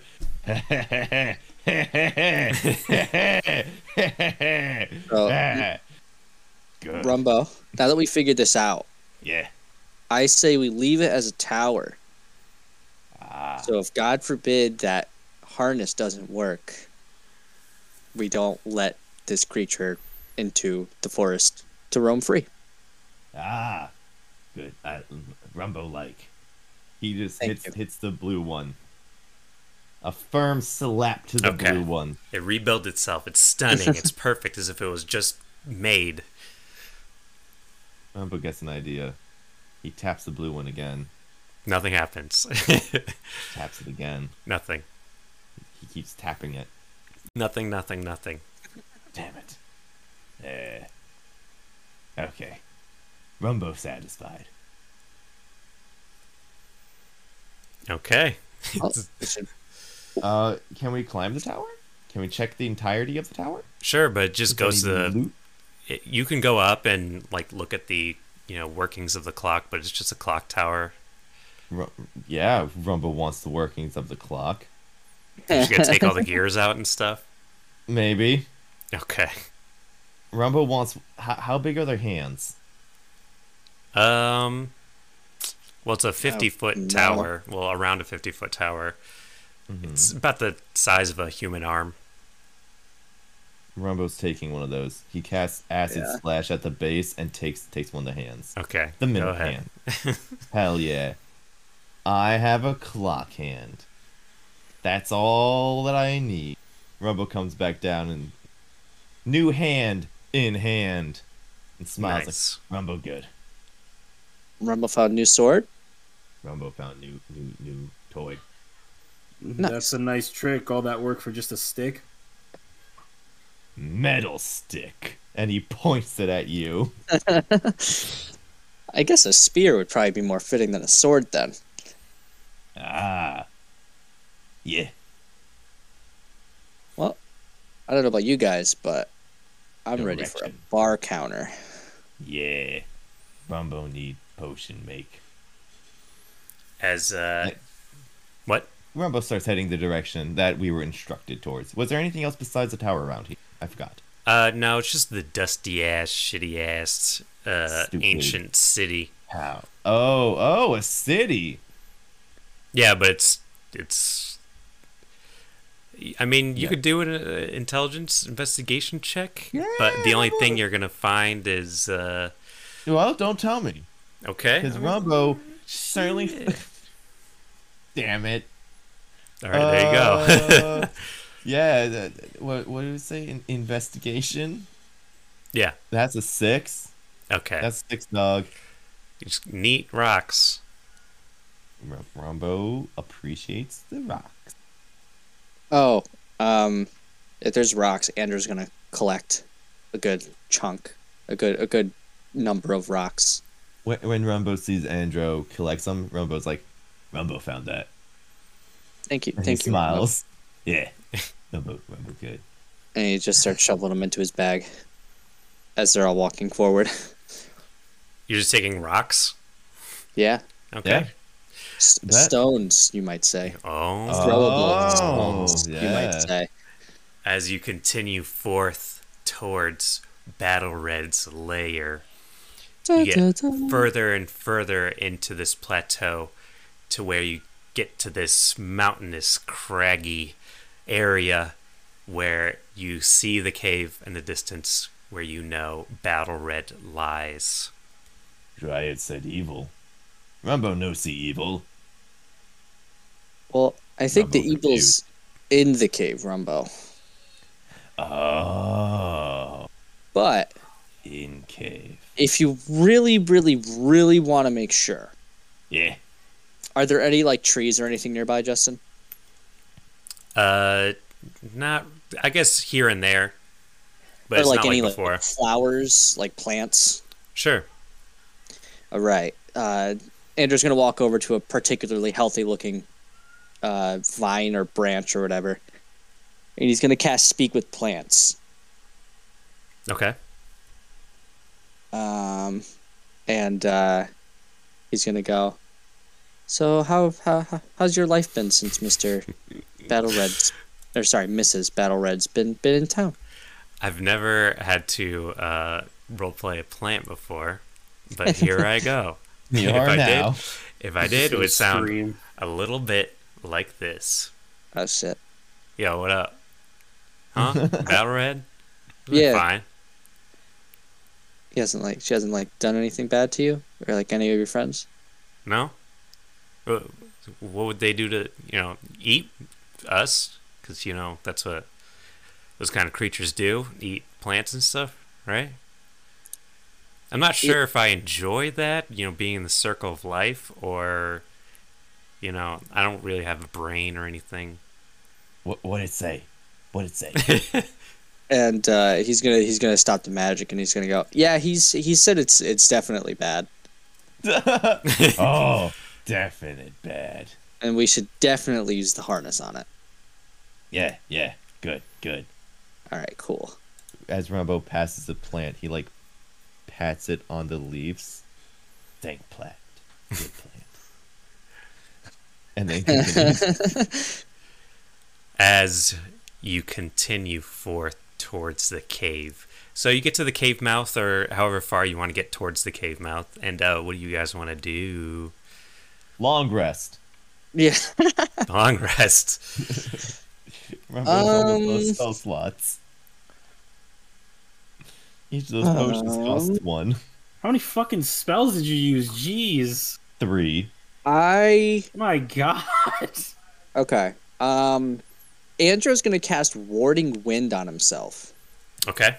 [SPEAKER 2] Oh.
[SPEAKER 3] <laughs> Good.
[SPEAKER 2] Rumbo, now that we figured this out,
[SPEAKER 3] Yeah.
[SPEAKER 2] I say we leave it as a tower.
[SPEAKER 3] Ah.
[SPEAKER 2] So if God forbid that harness doesn't work, we don't let this creature into the forest to roam free.
[SPEAKER 3] Ah. Good. I, Rumbo like. He just
[SPEAKER 2] Thank
[SPEAKER 3] hits
[SPEAKER 2] you.
[SPEAKER 3] hits the blue one. A firm slap to the
[SPEAKER 1] Okay.
[SPEAKER 3] blue one.
[SPEAKER 1] It rebuilt itself. It's stunning. it's perfect as if it was just made.
[SPEAKER 3] Rumbo gets an idea. He taps the blue one again.
[SPEAKER 1] Nothing happens. <laughs>
[SPEAKER 3] Taps it again.
[SPEAKER 1] nothing.
[SPEAKER 3] He keeps tapping it.
[SPEAKER 1] Nothing, nothing, nothing.
[SPEAKER 3] Damn it. Eh. Okay. Rumbo satisfied.
[SPEAKER 1] Okay.
[SPEAKER 2] Oh, we should-
[SPEAKER 3] Uh, can we climb the tower? Can we check the entirety of the tower?
[SPEAKER 1] Sure, but it
[SPEAKER 3] Is
[SPEAKER 1] just
[SPEAKER 3] there
[SPEAKER 1] goes to
[SPEAKER 3] any
[SPEAKER 1] the.
[SPEAKER 3] loot?
[SPEAKER 1] It, you can go up and like look at the you know workings of the clock, but it's just a clock tower.
[SPEAKER 3] Ru- yeah, Rumble wants the workings of the clock.
[SPEAKER 1] You're just gonna take all the gears out and stuff.
[SPEAKER 3] Maybe
[SPEAKER 1] Okay.
[SPEAKER 3] Rumble wants. How, how big are their hands?
[SPEAKER 1] Um. Well, it's a 50 foot
[SPEAKER 2] no.
[SPEAKER 1] tower. Well, around a 50 foot tower.
[SPEAKER 3] Hmm. Mm-hmm.
[SPEAKER 1] It's about the size of a human arm.
[SPEAKER 3] Rumbo's taking one of those. He casts acid
[SPEAKER 2] Yeah.
[SPEAKER 3] slash at the base and takes takes one of the hands.
[SPEAKER 1] Okay.
[SPEAKER 3] The
[SPEAKER 1] go
[SPEAKER 3] middle
[SPEAKER 1] ahead.
[SPEAKER 3] hand.
[SPEAKER 1] <laughs>
[SPEAKER 3] Hell yeah. I have a clock hand. That's all that I need. Rumbo comes back down and new hand in hand and smiles
[SPEAKER 1] Nice.
[SPEAKER 3] like Rumbo good.
[SPEAKER 2] Rumble found new sword.
[SPEAKER 3] Rumbo found new new new toy.
[SPEAKER 4] That's a nice trick. All that work for just a stick.
[SPEAKER 3] Metal stick. And he <laughs> points it at you.
[SPEAKER 2] I guess a spear would probably be more fitting than a sword then.
[SPEAKER 3] Ah. Yeah.
[SPEAKER 2] I don't know about you guys, but I'm ready for a
[SPEAKER 3] Direction.
[SPEAKER 2] bar counter.
[SPEAKER 3] Yeah. Rumbo need potion make.
[SPEAKER 1] As uh,
[SPEAKER 3] Like-
[SPEAKER 1] what?
[SPEAKER 3] Rumbo starts heading the direction that we were instructed towards. Was there anything else besides the tower around here? I forgot.
[SPEAKER 1] Uh, no, it's just the dusty ass, shitty ass, uh,
[SPEAKER 3] Stupid.
[SPEAKER 1] ancient city.
[SPEAKER 3] How? Oh, oh, a city.
[SPEAKER 1] Yeah, but it's it's. I mean, you
[SPEAKER 3] Yeah.
[SPEAKER 1] could do an uh, intelligence investigation check, but the
[SPEAKER 3] Yeah,
[SPEAKER 1] only
[SPEAKER 3] why
[SPEAKER 1] thing
[SPEAKER 3] not?
[SPEAKER 1] you're gonna find is uh,
[SPEAKER 3] Well, don't tell me,
[SPEAKER 1] okay.
[SPEAKER 3] because Rumbo certainly. <laughs> Damn it!
[SPEAKER 1] All right, there you go.
[SPEAKER 3] Uh, yeah. The, what? What did we say? In- investigation.
[SPEAKER 1] yeah.
[SPEAKER 3] That's a six.
[SPEAKER 1] <laughs> Okay.
[SPEAKER 3] That's six dog.
[SPEAKER 1] Just neat rocks.
[SPEAKER 3] Rum- Rumbo appreciates the rocks.
[SPEAKER 2] Oh, um, if there's rocks, Andrew's gonna collect a good chunk, a good a good number of rocks.
[SPEAKER 3] When, when Rumbo sees Andro collect some, Rumbo's like, "Rumbo found that."
[SPEAKER 2] Thank you,
[SPEAKER 3] And
[SPEAKER 2] thank
[SPEAKER 3] he
[SPEAKER 2] you. Rumble.
[SPEAKER 3] smiles. <laughs> Yeah. Rumbo, Rumbo, good.
[SPEAKER 2] And he just starts shoveling them into his bag as they're all walking forward. <laughs>
[SPEAKER 1] You're just taking rocks.
[SPEAKER 2] yeah,
[SPEAKER 1] Okay.
[SPEAKER 2] S-
[SPEAKER 3] That-
[SPEAKER 2] stones, you might say.
[SPEAKER 1] Oh.
[SPEAKER 3] Uh,
[SPEAKER 2] Throwables,
[SPEAKER 3] Oh,
[SPEAKER 2] stones, you might
[SPEAKER 3] yeah.
[SPEAKER 2] say.
[SPEAKER 1] as you continue forth towards Battle Red's lair. You get further and further into this plateau to where you get to this mountainous, craggy area where you see the cave in the distance where you know Battle Red lies.
[SPEAKER 3] Dryad said evil. Rumbo no see evil.
[SPEAKER 2] Well, I think the
[SPEAKER 3] Rumble
[SPEAKER 2] evil's in the cave, Rumbo,
[SPEAKER 3] Oh,
[SPEAKER 2] but.
[SPEAKER 3] in cave.
[SPEAKER 2] if you really, really, really want to make sure,
[SPEAKER 3] Yeah.
[SPEAKER 2] are there any like trees or anything nearby, Justin?
[SPEAKER 1] Uh, not, I guess, here and there, but
[SPEAKER 2] or
[SPEAKER 1] it's
[SPEAKER 2] like
[SPEAKER 1] not
[SPEAKER 2] any
[SPEAKER 1] like before.
[SPEAKER 2] like flowers, like plants?
[SPEAKER 1] sure.
[SPEAKER 2] All right. Uh, Andrew's gonna walk over to a particularly healthy-looking uh, vine or branch or whatever, and he's gonna cast Speak with Plants.
[SPEAKER 1] Okay.
[SPEAKER 2] Um, and uh, he's gonna go. So how, how how- how's your life been since Mister Battle Red's, or sorry, Mrs. Battle Red's been been in town?
[SPEAKER 1] I've never had to uh, roleplay a plant before, but here
[SPEAKER 2] <laughs>
[SPEAKER 1] I go.
[SPEAKER 3] You
[SPEAKER 1] If
[SPEAKER 3] are
[SPEAKER 1] I did-
[SPEAKER 3] now.
[SPEAKER 1] If I did, it would sound
[SPEAKER 4] Scream.
[SPEAKER 1] a little bit like this.
[SPEAKER 2] Oh shit.
[SPEAKER 1] Yo, what up? Huh? Battle Red?
[SPEAKER 2] Yeah.
[SPEAKER 1] Fine.
[SPEAKER 2] He hasn't like she hasn't like done anything bad to you or like any of your friends.
[SPEAKER 1] No? Wha- What would they do to, you know, eat us? Because, you know, that's what those kind of creatures do eat plants and stuff, right? I'm not sure if I enjoy that, you know, being in the circle of life, or, you know, I don't really have a brain or anything.
[SPEAKER 3] What what it say? What it <laughs> say?
[SPEAKER 2] And uh, he's gonna he's gonna stop the magic and he's gonna go. Yeah, he's he said it's it's definitely bad.
[SPEAKER 3] oh, definite bad.
[SPEAKER 2] and we should definitely use the harness on it.
[SPEAKER 3] Yeah, yeah. Good, good.
[SPEAKER 2] All right, cool.
[SPEAKER 3] As Rambo passes the plant, he like pats it on the leaves. Thank plant. Good plant. <laughs> and then <laughs> continues.
[SPEAKER 1] as you continue forth towards the cave. So you get to the cave mouth, or however far you want to get towards the cave mouth. And uh, what do you guys want to
[SPEAKER 3] <laughs>
[SPEAKER 1] do?
[SPEAKER 3] long rest.
[SPEAKER 2] Yeah.
[SPEAKER 1] Long rest.
[SPEAKER 3] Remember all of
[SPEAKER 2] Um,
[SPEAKER 3] those spell slots. Each of those potions
[SPEAKER 2] Um,
[SPEAKER 3] cost one,
[SPEAKER 4] How many fucking spells did you use? Jeez.
[SPEAKER 3] three.
[SPEAKER 2] I
[SPEAKER 4] My <laughs> god.
[SPEAKER 2] okay. Um, Andrew's gonna cast warding wind on himself.
[SPEAKER 1] Okay.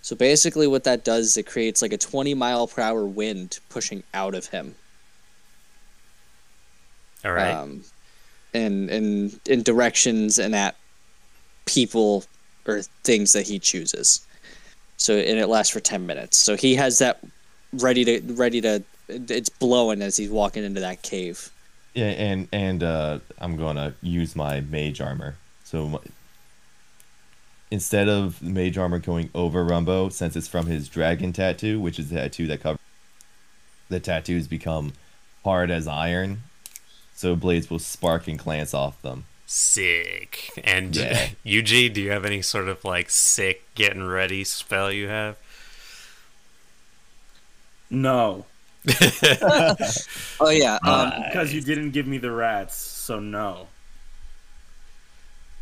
[SPEAKER 2] So basically, what that does is it creates like a twenty mile per hour wind pushing out of him.
[SPEAKER 1] All right.
[SPEAKER 3] Uh,
[SPEAKER 2] um, in in in directions and at people or things that he chooses. So and it lasts for ten minutes. So he has that ready to ready to. It's blowing as he's walking into that cave.
[SPEAKER 3] Yeah, and and uh, I'm gonna use my mage armor. So my, instead of mage armor going over Rumbo, since it's from his dragon tattoo, which is the tattoo that covers the tattoos become hard as iron, so blades will spark and glance off them.
[SPEAKER 1] sick. And <laughs>
[SPEAKER 3] Yeah.
[SPEAKER 1] UG, do you have any sort of like sick getting ready spell you have?
[SPEAKER 4] No.
[SPEAKER 2] Oh yeah,
[SPEAKER 4] Uh,
[SPEAKER 2] um,
[SPEAKER 4] Because you didn't give me the rats, so no.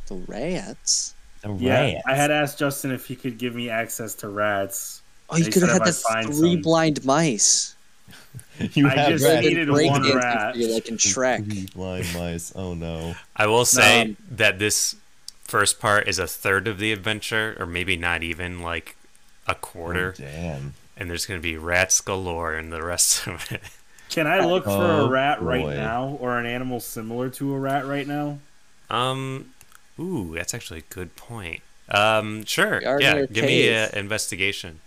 [SPEAKER 2] the rats.
[SPEAKER 3] The
[SPEAKER 4] Yeah.
[SPEAKER 3] rats.
[SPEAKER 4] I had asked Justin if he could give me access to rats.
[SPEAKER 2] Oh, you
[SPEAKER 4] They
[SPEAKER 2] could
[SPEAKER 4] said
[SPEAKER 2] have had
[SPEAKER 4] if I
[SPEAKER 2] the
[SPEAKER 4] find
[SPEAKER 2] three
[SPEAKER 4] some-
[SPEAKER 2] blind mice.
[SPEAKER 3] <laughs> you
[SPEAKER 4] I
[SPEAKER 3] have
[SPEAKER 4] just
[SPEAKER 3] rats.
[SPEAKER 4] needed
[SPEAKER 2] Break
[SPEAKER 4] one
[SPEAKER 2] dancing
[SPEAKER 4] rat.
[SPEAKER 2] for you, like in Shrek.
[SPEAKER 3] Blind mice. Oh no.
[SPEAKER 1] I will say
[SPEAKER 2] Um,
[SPEAKER 1] that this first part is a third of the adventure, or maybe not even like a quarter.
[SPEAKER 3] Oh, damn.
[SPEAKER 1] And there's going to be rats galore in the rest of it.
[SPEAKER 4] Can I look for a
[SPEAKER 3] Oh,
[SPEAKER 4] rat right
[SPEAKER 3] boy.
[SPEAKER 4] now or an animal similar to a rat right now?
[SPEAKER 1] Um, ooh, that's actually a good point. Um, sure.
[SPEAKER 2] We are
[SPEAKER 1] Yeah,
[SPEAKER 2] near
[SPEAKER 1] give me an
[SPEAKER 2] cave.
[SPEAKER 1] investigation.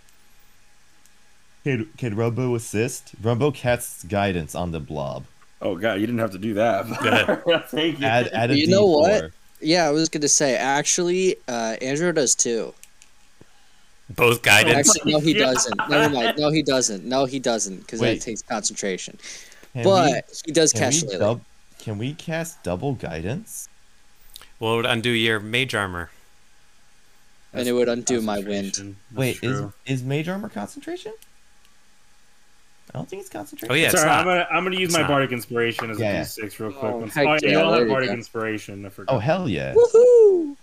[SPEAKER 3] Can can Rumbo assist? Rumbo casts guidance on the blob.
[SPEAKER 4] Oh god, you didn't have to
[SPEAKER 3] <laughs>
[SPEAKER 4] do that.
[SPEAKER 1] Yeah.
[SPEAKER 4] <laughs> Thank you.
[SPEAKER 3] Add add a
[SPEAKER 2] You know what?
[SPEAKER 3] D4.
[SPEAKER 2] Yeah, I was gonna say actually, uh, Andrew does too.
[SPEAKER 1] Both guidance.
[SPEAKER 2] Actually, no, he
[SPEAKER 4] Yeah.
[SPEAKER 2] doesn't. Never mind. No, he doesn't. No, he doesn't because that
[SPEAKER 3] Wait.
[SPEAKER 2] takes concentration.
[SPEAKER 3] Can we-
[SPEAKER 2] but he does
[SPEAKER 3] can,
[SPEAKER 2] catch
[SPEAKER 3] we
[SPEAKER 2] Lily.
[SPEAKER 3] dub- can we cast double guidance?
[SPEAKER 1] Well, it would undo your mage armor.
[SPEAKER 2] and it would undo my wind.
[SPEAKER 4] Concentration. That's
[SPEAKER 3] Wait,
[SPEAKER 4] true.
[SPEAKER 3] is is mage armor concentration? I don't think it's concentration.
[SPEAKER 1] Oh yeah,
[SPEAKER 4] It's
[SPEAKER 1] it's
[SPEAKER 4] all right,
[SPEAKER 1] not.
[SPEAKER 4] I'm gonna I'm gonna use
[SPEAKER 1] It's
[SPEAKER 4] my
[SPEAKER 1] not.
[SPEAKER 4] bardic inspiration as
[SPEAKER 3] Yeah, yeah.
[SPEAKER 4] a d6 real quick.
[SPEAKER 2] Oh,
[SPEAKER 4] Once-
[SPEAKER 2] heck
[SPEAKER 4] oh yeah,
[SPEAKER 2] yeah,
[SPEAKER 4] you all
[SPEAKER 2] there
[SPEAKER 4] have
[SPEAKER 2] you
[SPEAKER 4] bardic
[SPEAKER 2] go.
[SPEAKER 4] inspiration. I forgot.
[SPEAKER 3] Oh hell yeah!
[SPEAKER 2] Woohoo!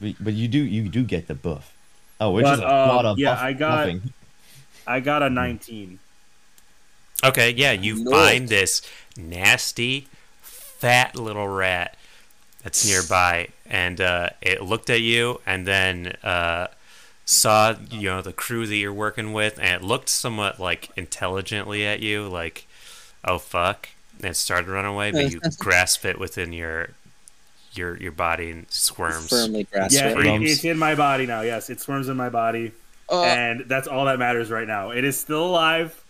[SPEAKER 3] But, but you do you do get the buff. Oh, which
[SPEAKER 4] But,
[SPEAKER 3] is a
[SPEAKER 4] um,
[SPEAKER 3] lot of
[SPEAKER 4] yeah,
[SPEAKER 3] buff-
[SPEAKER 4] I got-
[SPEAKER 3] buffing.
[SPEAKER 4] I got
[SPEAKER 3] Hmm.
[SPEAKER 4] a 19.
[SPEAKER 1] Okay, yeah, you
[SPEAKER 2] No.
[SPEAKER 1] find this nasty, fat little rat that's nearby, and uh, it looked at you, and then uh, saw you know the crew that you're working with, and it looked somewhat like intelligently at you, like, oh fuck, and it started to run away, but you grasp it within your your your body and squirms.
[SPEAKER 2] Firmly grasp
[SPEAKER 4] yeah,
[SPEAKER 2] it.
[SPEAKER 4] it-
[SPEAKER 3] Swarms.
[SPEAKER 4] it's in my body now. Yes, it swarms in my body,
[SPEAKER 2] Oh,
[SPEAKER 4] and that's all that matters right now. It is still alive,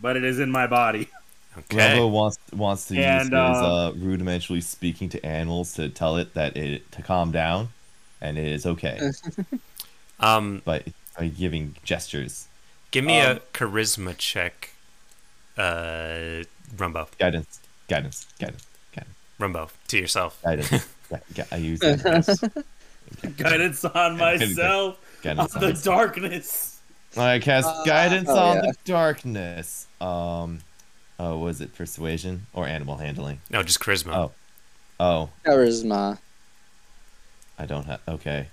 [SPEAKER 4] but it is in my body. <laughs>
[SPEAKER 1] Okay,
[SPEAKER 3] Rumbo wants wants to use
[SPEAKER 4] And,
[SPEAKER 3] his
[SPEAKER 4] uh,
[SPEAKER 3] uh, rudimentally speaking to animals to tell it that it to calm down, and it is okay.
[SPEAKER 1] um,
[SPEAKER 3] by by giving gestures.
[SPEAKER 1] give me
[SPEAKER 4] Um,
[SPEAKER 1] a charisma check, uh, Rumbo,
[SPEAKER 3] Guidance, guidance, guidance, guidance,
[SPEAKER 1] Rumbo, to yourself.
[SPEAKER 3] guidance. Gu- gu- I use guidance. <laughs>
[SPEAKER 4] Guidance on myself,
[SPEAKER 2] <laughs>
[SPEAKER 4] on
[SPEAKER 3] guidance.
[SPEAKER 4] the darkness.
[SPEAKER 3] I cast
[SPEAKER 2] Uh,
[SPEAKER 3] guidance
[SPEAKER 2] oh,
[SPEAKER 3] on
[SPEAKER 2] yeah.
[SPEAKER 3] the darkness. Um, oh, was it persuasion or animal handling?
[SPEAKER 1] No, just charisma.
[SPEAKER 3] Oh, oh,
[SPEAKER 2] charisma.
[SPEAKER 3] I don't have. Okay.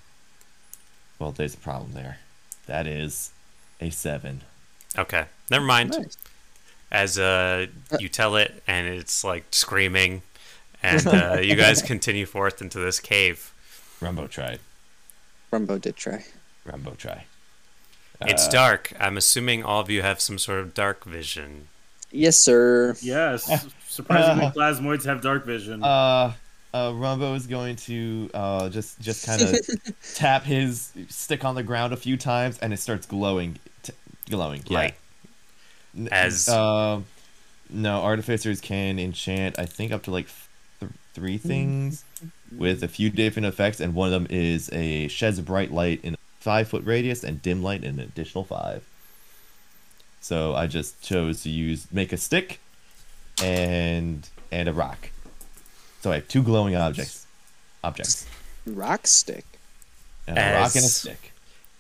[SPEAKER 3] Well, there's a problem there. That is a seven. Oh.
[SPEAKER 1] Okay, never mind.
[SPEAKER 2] Nice.
[SPEAKER 1] As uh, you tell it, and it's like screaming, and
[SPEAKER 3] <laughs>
[SPEAKER 1] uh, you guys continue forth into this cave.
[SPEAKER 3] Rumbo tried.
[SPEAKER 2] Rumbo did try.
[SPEAKER 3] Rumbo try.
[SPEAKER 1] It's
[SPEAKER 3] Uh,
[SPEAKER 1] dark. I'm assuming all of you have some sort of dark vision.
[SPEAKER 2] Yes, sir.
[SPEAKER 4] Yes,
[SPEAKER 3] <laughs>
[SPEAKER 4] surprisingly, plasmoids have dark vision.
[SPEAKER 3] uh, uh, Rumbo is going to uh, just just kind of tap his stick on the ground a few times, and it starts glowing, t- glowing. Yeah.
[SPEAKER 1] Light.
[SPEAKER 3] N-
[SPEAKER 1] As-
[SPEAKER 3] uh, no artificers can enchant. I think up to like th- three things with a few different effects, and one of them is a sheds a bright light in a five foot radius and dim light in an additional five. So I just chose to use make a stick and and a rock. So I have two glowing objects. Objects.
[SPEAKER 2] Rock stick.
[SPEAKER 3] And a rock and a
[SPEAKER 1] As-
[SPEAKER 3] stick.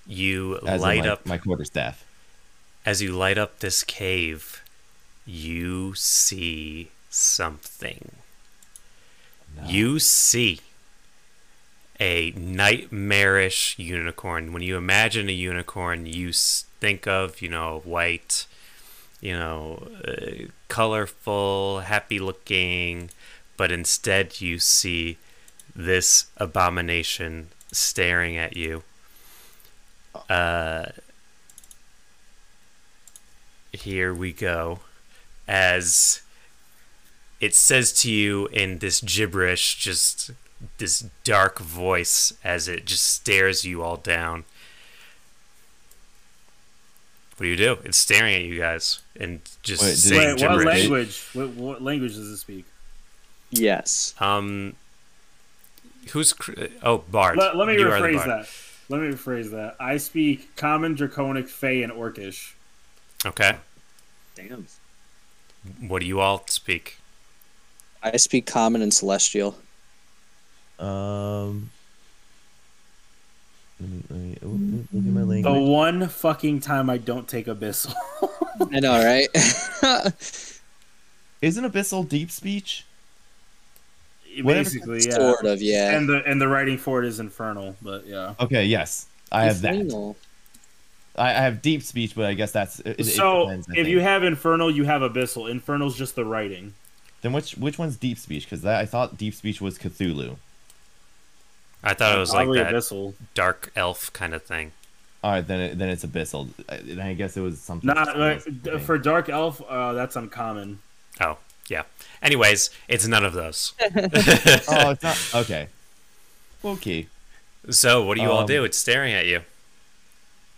[SPEAKER 1] You
[SPEAKER 3] As in
[SPEAKER 1] light
[SPEAKER 3] my,
[SPEAKER 1] up
[SPEAKER 3] my quarter staff.
[SPEAKER 1] as you light up this cave. You see something. You see a nightmarish unicorn. When you imagine a unicorn, you s- think of, you know, white, you know, uh, colorful, happy looking, but instead you see this abomination staring at you. Uh, here we go. As it says to you in this gibberish, just this dark voice as it just stares you all down. What do you do? It's staring at you guys and just
[SPEAKER 3] Wait, did-
[SPEAKER 4] Wait,
[SPEAKER 3] Big
[SPEAKER 1] saying
[SPEAKER 4] what
[SPEAKER 1] gibberish.
[SPEAKER 4] language? What, what language does it speak?
[SPEAKER 2] Yes.
[SPEAKER 1] Um, who's cr- oh Bard?
[SPEAKER 4] Let, let me
[SPEAKER 1] You are the
[SPEAKER 4] rephrase
[SPEAKER 1] bard.
[SPEAKER 4] that. Let me rephrase that. I speak Common, Draconic, Fey, and Orcish.
[SPEAKER 1] Okay,
[SPEAKER 2] Damn.
[SPEAKER 1] what do you all speak?
[SPEAKER 2] I speak common and celestial.
[SPEAKER 3] Um let me, let me, oh, look at my
[SPEAKER 1] Mm-hmm.
[SPEAKER 4] The
[SPEAKER 3] language.
[SPEAKER 4] one fucking time I don't take Abyssal. <laughs>
[SPEAKER 2] I know, right? <laughs>
[SPEAKER 4] Oh.
[SPEAKER 3] Isn't abyssal deep speech? Whatever
[SPEAKER 4] Basically, yeah.
[SPEAKER 2] Sort of, yeah.
[SPEAKER 4] And the and the writing for it is infernal, but yeah.
[SPEAKER 3] Okay, yes. I have that.
[SPEAKER 2] Infernal.
[SPEAKER 3] I, I have deep speech, but I guess that's it, it- it
[SPEAKER 4] so
[SPEAKER 3] depends, I
[SPEAKER 4] if you
[SPEAKER 3] think.
[SPEAKER 4] have infernal, you have abyssal. Infernal's just the writing.
[SPEAKER 3] then which which one's deep speech? Because I thought deep speech was Cthulhu.
[SPEAKER 1] I thought it was like
[SPEAKER 4] Probably
[SPEAKER 1] that
[SPEAKER 4] abyssal.
[SPEAKER 1] dark elf kind of thing.
[SPEAKER 3] All right, then it, then it's abyssal. I, then I guess it was something.
[SPEAKER 4] Not
[SPEAKER 3] else, I
[SPEAKER 4] like,
[SPEAKER 3] think.
[SPEAKER 4] for dark elf. Uh, that's uncommon.
[SPEAKER 1] Oh yeah. Anyways, it's none of
[SPEAKER 3] <laughs>
[SPEAKER 1] those.
[SPEAKER 3] oh, it's not okay. Okay,
[SPEAKER 1] so what do you all
[SPEAKER 3] Um,
[SPEAKER 1] do? It's staring at you.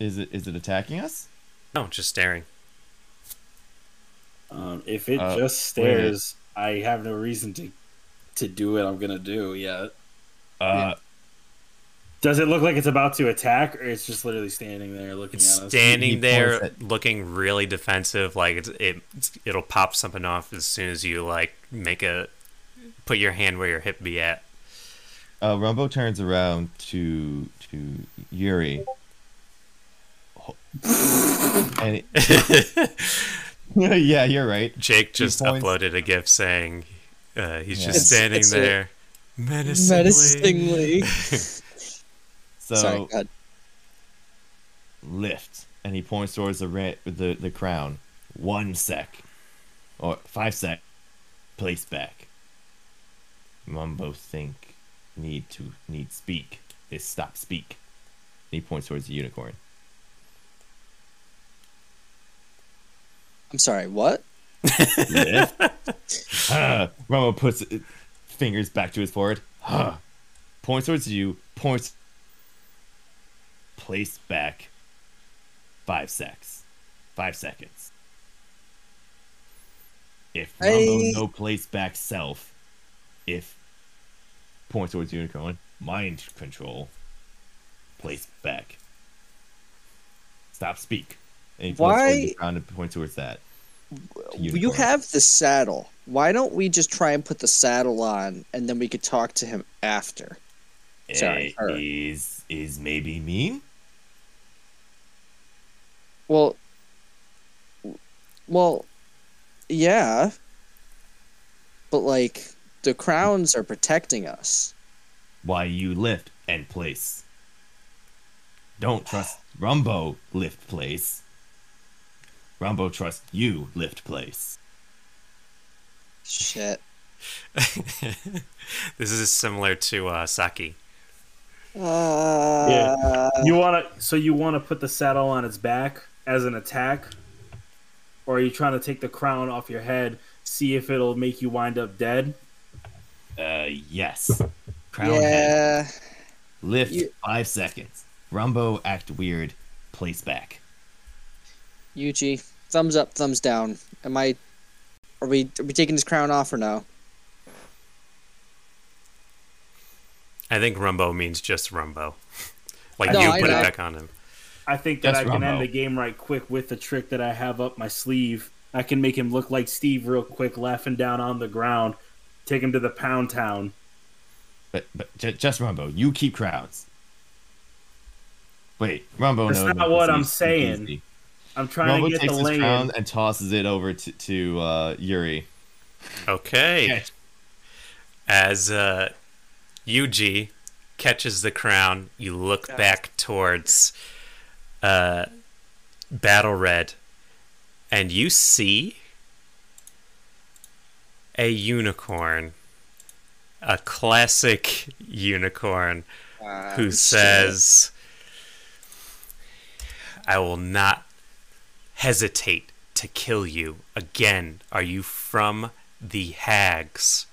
[SPEAKER 3] is it is it attacking us?
[SPEAKER 1] No, just staring.
[SPEAKER 4] Um, if it
[SPEAKER 3] Uh,
[SPEAKER 4] just stares, I have no reason to to do what I'm gonna do. Yeah.
[SPEAKER 3] Uh,
[SPEAKER 4] Does it look like it's about to attack, or it's just literally standing there looking
[SPEAKER 1] It's
[SPEAKER 4] at us?
[SPEAKER 1] standing
[SPEAKER 3] He- he
[SPEAKER 1] there,
[SPEAKER 3] points
[SPEAKER 1] looking really defensive. Like it's, it, it'll pop something off as soon as you like make a put your hand where your hip be at.
[SPEAKER 3] uh, Rumbo turns around to to Yuri, Ho- and it- <laughs> yeah, you're right.
[SPEAKER 1] Jake just
[SPEAKER 3] points-
[SPEAKER 1] uploaded a gif saying uh, he's
[SPEAKER 3] Yeah.
[SPEAKER 1] just
[SPEAKER 2] It's-
[SPEAKER 1] standing
[SPEAKER 2] it's a-
[SPEAKER 1] there, menacingly.
[SPEAKER 2] Menacingly.
[SPEAKER 3] So
[SPEAKER 2] Sorry, God.
[SPEAKER 3] lift, and he points towards the ra- the the crown. One sec, or five sec. Place back. Mumbo think need to need speak is stop speak. And he points towards the unicorn.
[SPEAKER 2] I'm sorry, what? <laughs>
[SPEAKER 3] Lift. Huh. Mumbo puts it, fingers back to his forehead. Huh. Points towards you. Points. Place back. Five secs. Five seconds. If Rumbo
[SPEAKER 2] Hey.
[SPEAKER 3] no place back self, if points towards unicorn, mind control, place back. Stop speak. And he points
[SPEAKER 2] Why-
[SPEAKER 3] towards the ground and points towards that.
[SPEAKER 2] You
[SPEAKER 3] Unicorn.
[SPEAKER 2] have the saddle. Why don't we just try and put the saddle on and then we could talk to him after? Sorry,
[SPEAKER 3] Eh,
[SPEAKER 2] her.
[SPEAKER 3] is is maybe mean?
[SPEAKER 2] Well, well, yeah. But like the crowns are protecting us.
[SPEAKER 3] Why you lift and place? Don't trust Rumbo lift place. Rumbo trust you lift place.
[SPEAKER 2] Shit.
[SPEAKER 1] <laughs> this is similar to uh, Saki.
[SPEAKER 2] Uh,
[SPEAKER 4] You wanna so you wanna put the saddle on its back as an attack? Or are you trying to take the crown off your head, see if it'll make you wind up dead?
[SPEAKER 3] Uh yes. Crown head.
[SPEAKER 2] yeah.
[SPEAKER 3] Lift
[SPEAKER 2] You-
[SPEAKER 3] five seconds. Rumbo act weird. Place back.
[SPEAKER 2] Yuji, thumbs up, thumbs down. Am I? Are we? Are we taking this crown off or no?
[SPEAKER 1] I think Rumbo means just Rumbo. Like
[SPEAKER 2] No,
[SPEAKER 1] you
[SPEAKER 2] I
[SPEAKER 1] put
[SPEAKER 2] know.
[SPEAKER 1] it back on him.
[SPEAKER 4] I think that
[SPEAKER 3] That's
[SPEAKER 4] I can
[SPEAKER 3] Rambo.
[SPEAKER 4] end the game right quick with the trick that I have up my sleeve. I can make him look like Steve real quick, laughing down on the ground, take him to the pound town.
[SPEAKER 3] But, but ju- just Rumbo, you keep crowds. Wait, Rumbo.
[SPEAKER 4] That's
[SPEAKER 3] no,
[SPEAKER 4] not
[SPEAKER 3] no, it's
[SPEAKER 4] what I'm
[SPEAKER 3] easy, it's
[SPEAKER 4] saying.
[SPEAKER 3] easy.
[SPEAKER 4] I'm trying
[SPEAKER 3] Rumbo
[SPEAKER 4] to get
[SPEAKER 3] takes
[SPEAKER 4] the
[SPEAKER 3] his
[SPEAKER 4] lane.
[SPEAKER 3] crown and tosses it over to, to uh, Yuri.
[SPEAKER 1] Okay.
[SPEAKER 3] Yes.
[SPEAKER 1] As uh, Yuji catches the crown, you look back towards uh, Battle Red, and you see a unicorn, a classic unicorn who says, I will not hesitate to kill you again. Are you from the hags?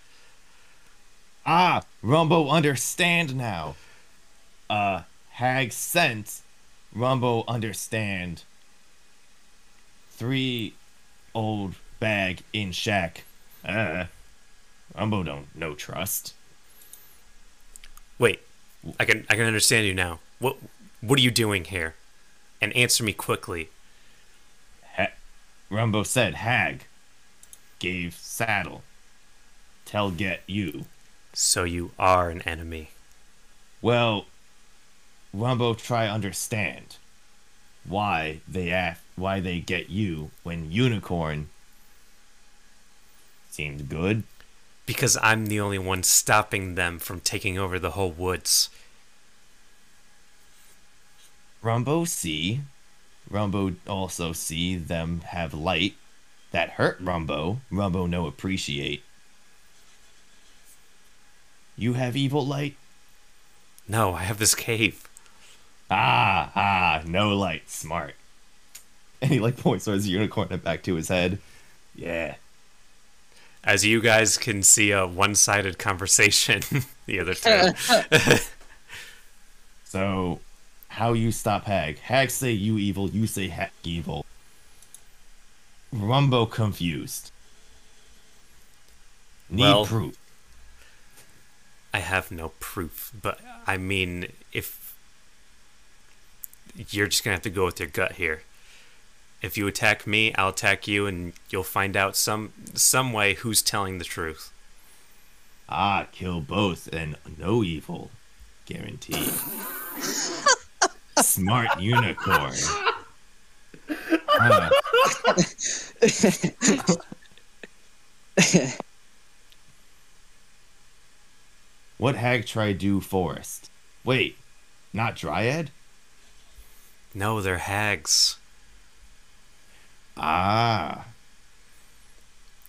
[SPEAKER 3] Ah, Rumbo, understand now. Uh, Hag sent Rumbo, understand. Three old bag in shack. Uh, Rumbo don't no trust.
[SPEAKER 1] Wait, I can I can understand you now. What what are you doing here? And answer me quickly.
[SPEAKER 3] Ha- Rumbo said Hag gave saddle. Tell get you.
[SPEAKER 1] So you are an enemy.
[SPEAKER 3] Well, Rumbo try understand why they af- why they get you when Unicorn seemed good.
[SPEAKER 1] Because I'm the only one stopping them from taking over the whole woods.
[SPEAKER 3] Rumbo see, Rumbo also see them have light that hurt Rumbo. Rumbo no appreciate. You have evil light.
[SPEAKER 1] No, I have this cave.
[SPEAKER 3] Ah, ah, no light, smart. And he like points towards the unicorn and back to his head. Yeah.
[SPEAKER 1] As you guys can see a one sided conversation <laughs> the other two.
[SPEAKER 3] So, how you stop Hag? Hag say you evil, you say Hag evil. Rumbo confused. Need
[SPEAKER 1] Well-
[SPEAKER 3] proof.
[SPEAKER 1] I have no proof, but I mean if you're just gonna have to go with your gut here. If you attack me, I'll attack you and you'll find out some some way who's telling the truth.
[SPEAKER 3] Ah, kill both and no evil. Guaranteed. Smart unicorn. Huh. What hag try do forest? Wait, not dryad?
[SPEAKER 1] No, they're hags.
[SPEAKER 3] Ah,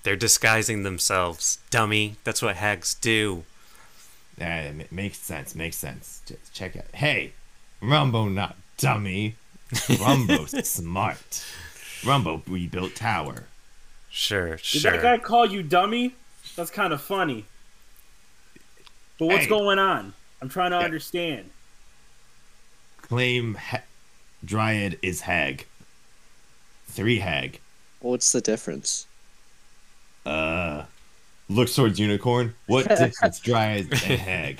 [SPEAKER 1] They're disguising themselves. Dummy. That's what hags do.
[SPEAKER 3] that m- makes sense. Makes sense. J- Check it. Hey, Rumbo not dummy. Rumbo smart. Rumbo rebuilt tower.
[SPEAKER 1] Sure,
[SPEAKER 4] Did
[SPEAKER 1] sure.
[SPEAKER 4] that guy call you dummy? That's kind of funny. But what's
[SPEAKER 3] Hey.
[SPEAKER 4] going on? I'm trying to
[SPEAKER 3] Yeah.
[SPEAKER 4] understand.
[SPEAKER 3] Claim ha- Dryad is hag. Three hag.
[SPEAKER 2] <laughs> What's the difference?
[SPEAKER 3] Uh, looks towards unicorn. What difference Dryad and hag?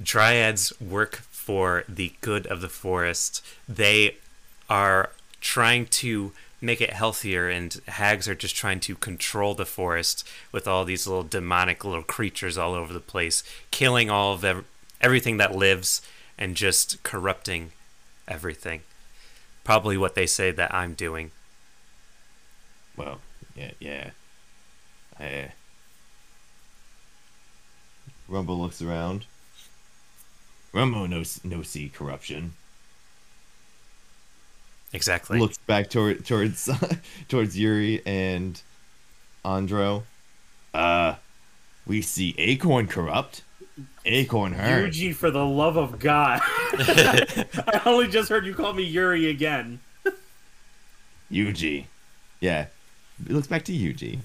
[SPEAKER 1] Dryads work for the good of the forest. They are trying to make it healthier, and hags are just trying to control the forest with all these little demonic little creatures all over the place, killing all of ev- everything that lives and just corrupting everything. Probably what they say that I'm doing.
[SPEAKER 3] Well, yeah, yeah. Eh. Rumble looks around. Rumble no no see corruption.
[SPEAKER 1] Exactly.
[SPEAKER 3] Looks back toward towards <laughs> towards Yuri and Andro. Uh, we see Acorn corrupt. Acorn hurt.
[SPEAKER 4] Yuji, for the love
[SPEAKER 3] <laughs>
[SPEAKER 4] of God. I only just heard you call me Yuri again.
[SPEAKER 3] Yuji. Yeah. It looks back to Yuji.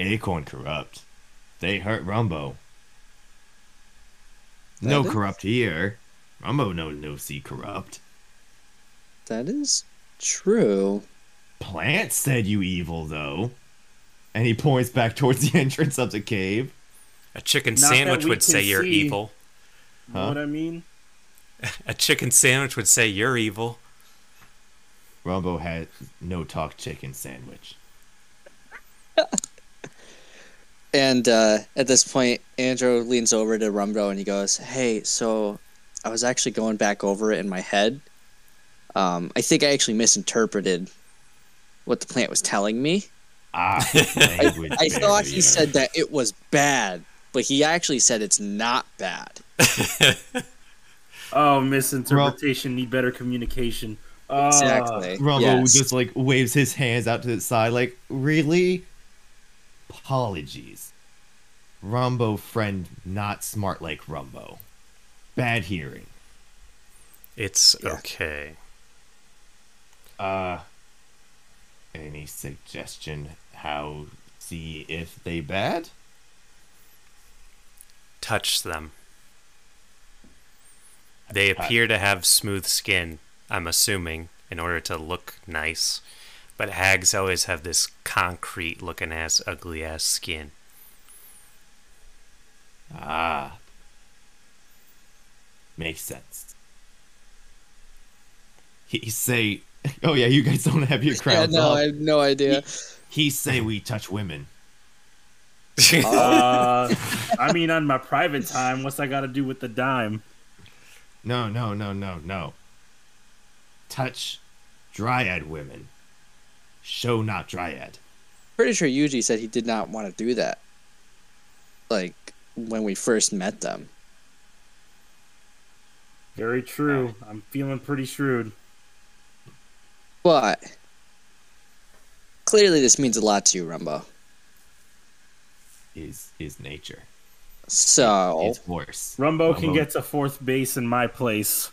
[SPEAKER 3] Acorn corrupt. They hurt Rumbo. No
[SPEAKER 2] That is-
[SPEAKER 3] corrupt here. Rumbo no no see corrupt.
[SPEAKER 2] That is true.
[SPEAKER 3] Plant <laughs> said you evil though. And he points back towards the entrance of the cave.
[SPEAKER 1] A chicken
[SPEAKER 4] Not that
[SPEAKER 1] sandwich
[SPEAKER 4] we
[SPEAKER 1] would say
[SPEAKER 4] can
[SPEAKER 1] you're
[SPEAKER 4] see.
[SPEAKER 1] evil.
[SPEAKER 4] You know
[SPEAKER 3] Huh?
[SPEAKER 4] what I mean?
[SPEAKER 1] A chicken sandwich would say you're evil.
[SPEAKER 3] Rumbo had no talk chicken sandwich.
[SPEAKER 2] And uh, at this point, Andrew leans over to Rumbo and he goes, "Hey, so I was actually going back over it in my head. Um, I think I actually misinterpreted what the plant was telling me.
[SPEAKER 3] Ah, language
[SPEAKER 2] I thought he
[SPEAKER 3] barrier.
[SPEAKER 2] said that it was bad, but he actually said it's not bad.
[SPEAKER 4] Oh, misinterpretation. Need better communication. Uh,
[SPEAKER 2] Exactly.
[SPEAKER 3] Rumbo
[SPEAKER 2] Yes.
[SPEAKER 3] just like waves his hands out to the side, like, really? Apologies. Rumbo friend, not smart like Rumbo. Bad hearing.
[SPEAKER 1] It's
[SPEAKER 2] Yeah.
[SPEAKER 1] okay.
[SPEAKER 3] Uh, any suggestion how see if they bad?
[SPEAKER 1] Touch them. They appear to have smooth skin, I'm assuming, in order to look nice. But hags always have this concrete looking ass, ugly ass skin.
[SPEAKER 3] Ah, makes sense. He, he say, oh yeah, you guys don't have your
[SPEAKER 2] Yeah,
[SPEAKER 3] crowns
[SPEAKER 2] no,
[SPEAKER 3] up.
[SPEAKER 2] I have no idea.
[SPEAKER 3] He say we touch women.
[SPEAKER 4] uh, I mean, on my private time, what's I got to do with the dime?
[SPEAKER 3] No, no, no, no, no. Touch dryad women. Show not dryad.
[SPEAKER 2] Pretty sure Yuji said he did not want to do that. Like when we first met them.
[SPEAKER 4] Very true. I'm feeling pretty shrewd.
[SPEAKER 2] But clearly, this means a lot to you, Rumbo.
[SPEAKER 3] Is is nature.
[SPEAKER 2] So
[SPEAKER 3] It's horse.
[SPEAKER 4] Rumbo can
[SPEAKER 3] Rumbo.
[SPEAKER 4] get to fourth base in my place.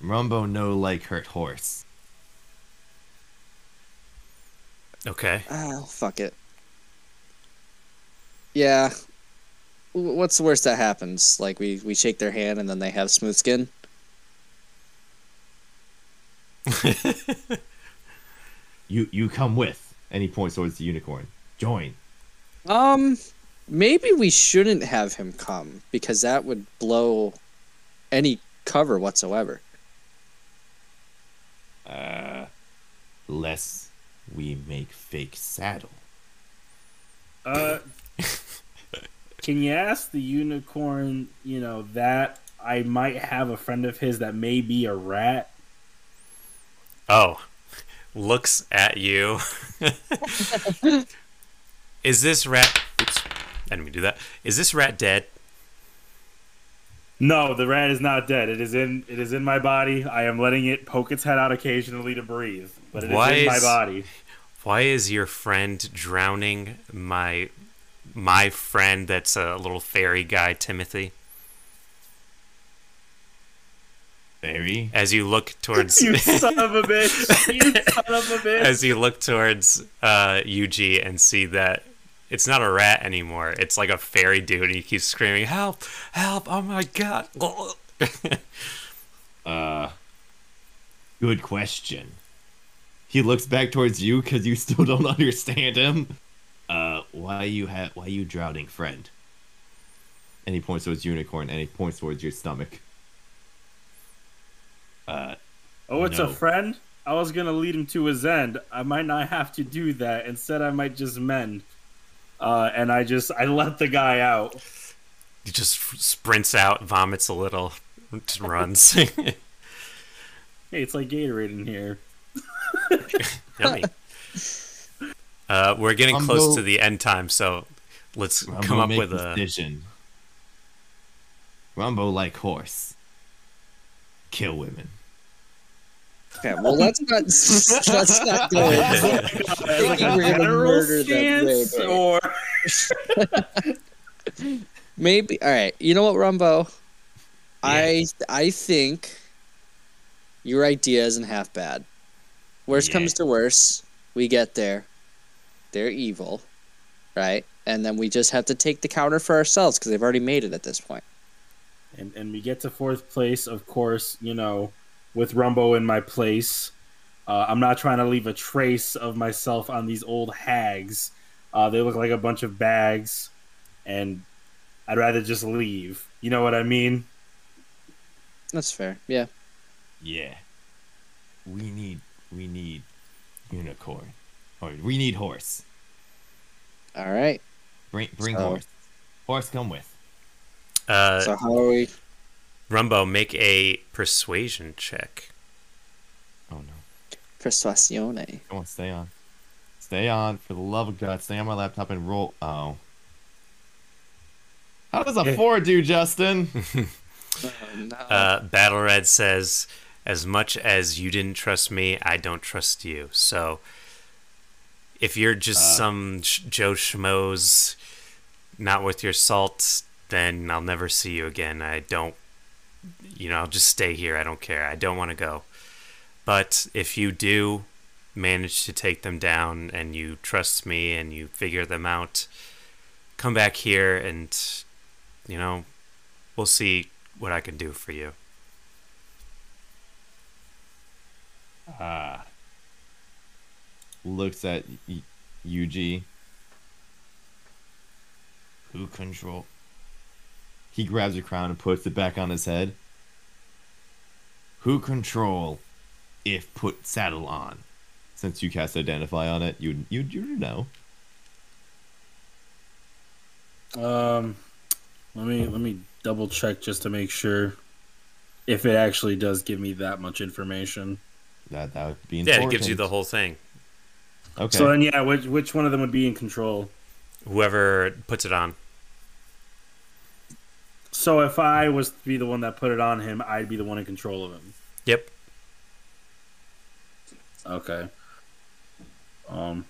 [SPEAKER 3] Rumbo no like hurt horse.
[SPEAKER 1] okay.
[SPEAKER 2] Oh, fuck it. Yeah. W- What's the worst that happens? Like we we shake their hand and then they have smooth skin.
[SPEAKER 3] You you come with. And he points towards the unicorn. Join.
[SPEAKER 2] Um, maybe we shouldn't have him come because that would blow any cover whatsoever.
[SPEAKER 3] Uh less we make fake saddle.
[SPEAKER 4] Uh, can you ask the unicorn, you know, that I might have a friend of his that may be a rat?
[SPEAKER 1] Oh, looks at you. <laughs> Is this rat? Oops, I didn't mean to do that. Is this rat dead?
[SPEAKER 4] No, the rat is not dead. It is in it is in my body. I am letting it poke its head out occasionally to breathe, but it is
[SPEAKER 1] Why
[SPEAKER 4] in my
[SPEAKER 1] is- <laughs>
[SPEAKER 4] body.
[SPEAKER 1] Why is your friend drowning my my friend? That's a little fairy guy, Timothy.
[SPEAKER 3] Very
[SPEAKER 1] As you look towards
[SPEAKER 4] <laughs> You son of a bitch! You son of a bitch!
[SPEAKER 1] <laughs> as you look towards uh, Yuji and see that it's not a rat anymore. It's like a fairy dude, and he keeps screaming, "Help! Help! Oh my god!"
[SPEAKER 3] Uh, good question. He looks back towards you because you still <laughs> don't understand him. Uh, why you ha- why you drowning, friend? And he points towards unicorn, and he points towards your stomach. Uh,
[SPEAKER 4] Oh, it's
[SPEAKER 3] No.
[SPEAKER 4] a friend. I was gonna lead him to his end. I might not have to do that. Instead, I might just mend. Uh, and I just I let the guy out.
[SPEAKER 1] he just sprints out, vomits a little, just runs. <laughs>
[SPEAKER 4] Hey, it's like Gatorade in here.
[SPEAKER 1] Yummy. Uh, we're getting
[SPEAKER 3] Rumble-
[SPEAKER 1] close to the end time, so let's
[SPEAKER 3] Rumbo
[SPEAKER 1] come up
[SPEAKER 3] make
[SPEAKER 1] with a.
[SPEAKER 3] decision. Rumbo like horse. Kill women.
[SPEAKER 2] <laughs> Okay, well let's not let's
[SPEAKER 1] <laughs>
[SPEAKER 2] not go. into it.
[SPEAKER 4] Like
[SPEAKER 2] Gatorade will
[SPEAKER 4] general
[SPEAKER 2] murder that
[SPEAKER 4] stance,
[SPEAKER 2] baby.
[SPEAKER 4] or
[SPEAKER 2] Maybe. All right. You know what, Rumbo? I I think your idea isn't half bad. Worst
[SPEAKER 3] Yeah.
[SPEAKER 2] comes to worst, we get there. They're evil, right? And then we just have to take the counter for ourselves because they've already made it at this point.
[SPEAKER 4] and and we get to fourth place, of course. You know, with Rumbo in my place, uh, I'm not trying to leave a trace of myself on these old hags. Uh, they look like a bunch of bags, and I'd rather just leave. You know what I mean?
[SPEAKER 2] That's fair. Yeah.
[SPEAKER 3] Yeah. We need we need unicorn. Or we need horse.
[SPEAKER 2] All right.
[SPEAKER 3] Bring bring
[SPEAKER 2] So-
[SPEAKER 3] horse. Horse come with.
[SPEAKER 2] <laughs>
[SPEAKER 1] Uh,
[SPEAKER 2] so how are we?
[SPEAKER 1] Rumbo, make a persuasion check.
[SPEAKER 3] Oh no.
[SPEAKER 2] Persuasione.
[SPEAKER 3] Come on, stay on. Stay on, for the love of God, stay on my laptop and roll oh. How does a
[SPEAKER 4] Yeah.
[SPEAKER 3] four do, Justin? <laughs>
[SPEAKER 2] Oh, no.
[SPEAKER 1] Uh, Battle Red says, "As much as you didn't trust me, I don't trust you." So, if you're just
[SPEAKER 3] Uh.
[SPEAKER 1] some sh- Joe schmoes, not worth your salt, then I'll never see you again. I don't, you know, I'll just stay here. I don't care. I don't want to go. But if you do manage to take them down and you trust me and you figure them out, come back here and, you know, we'll see what I can do for you.
[SPEAKER 3] Ah. Looks at y- Yuji. Who control? He grabs your crown and puts it back on his head. Who control if put saddle on? Since you cast identify on it, you you you know.
[SPEAKER 4] Um, let me let me double check just to make sure if it actually does give me that much information.
[SPEAKER 3] That that would be
[SPEAKER 1] Yeah,
[SPEAKER 3] important.
[SPEAKER 1] it gives you the whole thing.
[SPEAKER 3] Okay.
[SPEAKER 4] So then, yeah, which which one of them would be in control?
[SPEAKER 1] Whoever puts it on.
[SPEAKER 4] So if I was to be the one that put it on him, I'd be the one in control of him.
[SPEAKER 1] Yep.
[SPEAKER 4] Okay. Um,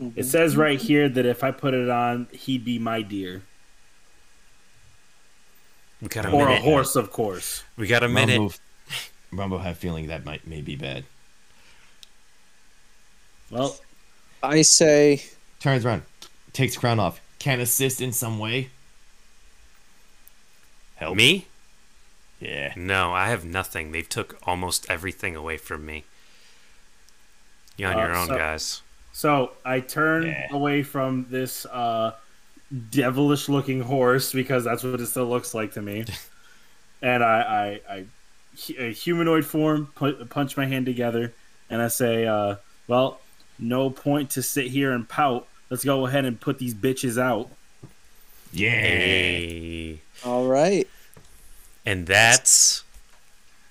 [SPEAKER 2] Mhm.
[SPEAKER 4] it says right here that if I put it on, he'd be my deer
[SPEAKER 1] We got a
[SPEAKER 4] or a
[SPEAKER 1] minute.
[SPEAKER 4] horse, of course.
[SPEAKER 1] We got a minute.
[SPEAKER 3] Rumbo, Rumbo have feeling that might may be bad.
[SPEAKER 4] Well,
[SPEAKER 2] I say
[SPEAKER 3] Turns around, takes crown off. Can assist in some way. Help
[SPEAKER 1] Me?
[SPEAKER 3] Yeah.
[SPEAKER 1] No, I have nothing. They've took almost everything away from me. You're on
[SPEAKER 4] Uh,
[SPEAKER 1] your own,
[SPEAKER 4] so-
[SPEAKER 1] guys.
[SPEAKER 4] so I turn
[SPEAKER 3] Yeah.
[SPEAKER 4] away from this uh, devilish-looking horse because that's what it still looks like to me, and I, I, I hu- a humanoid form, put, punch my hand together, and I say, uh, "Well, no point to sit here and pout. Let's go ahead and put these bitches out."
[SPEAKER 3] Yeah.
[SPEAKER 1] Hey.
[SPEAKER 2] all right.
[SPEAKER 1] And that's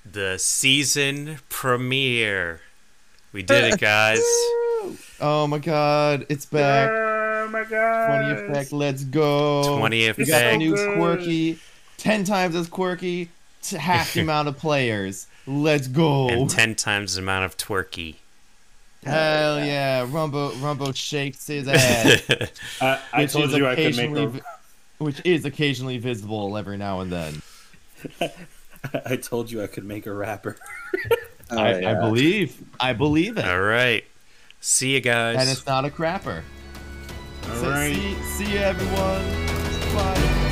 [SPEAKER 1] the season premiere. We did it, guys.
[SPEAKER 3] <laughs> Oh my god, it's back.
[SPEAKER 4] Oh my god!
[SPEAKER 3] 20th back, let's go.
[SPEAKER 1] 20th
[SPEAKER 3] We got a
[SPEAKER 1] back.
[SPEAKER 3] new
[SPEAKER 4] good.
[SPEAKER 3] quirky, 10 times as quirky, to
[SPEAKER 4] <laughs>
[SPEAKER 3] half the amount of players. Let's go.
[SPEAKER 1] And 10 times the amount of twerky.
[SPEAKER 3] Hell yeah. Rumbo Rumbo shakes
[SPEAKER 4] <laughs>
[SPEAKER 3] his ass.
[SPEAKER 4] I, I
[SPEAKER 3] which
[SPEAKER 4] told
[SPEAKER 3] is
[SPEAKER 4] you I could make
[SPEAKER 3] occasionally
[SPEAKER 4] them.
[SPEAKER 3] vi- Which is occasionally visible every now and then.
[SPEAKER 4] <laughs> I told you I could make a rapper.
[SPEAKER 2] Oh,
[SPEAKER 3] I, I
[SPEAKER 2] yeah.
[SPEAKER 3] believe. I believe it.
[SPEAKER 1] <laughs> All right. See you guys.
[SPEAKER 3] And it's not a crapper.
[SPEAKER 4] All
[SPEAKER 3] So
[SPEAKER 4] right.
[SPEAKER 3] see, see you everyone. Bye.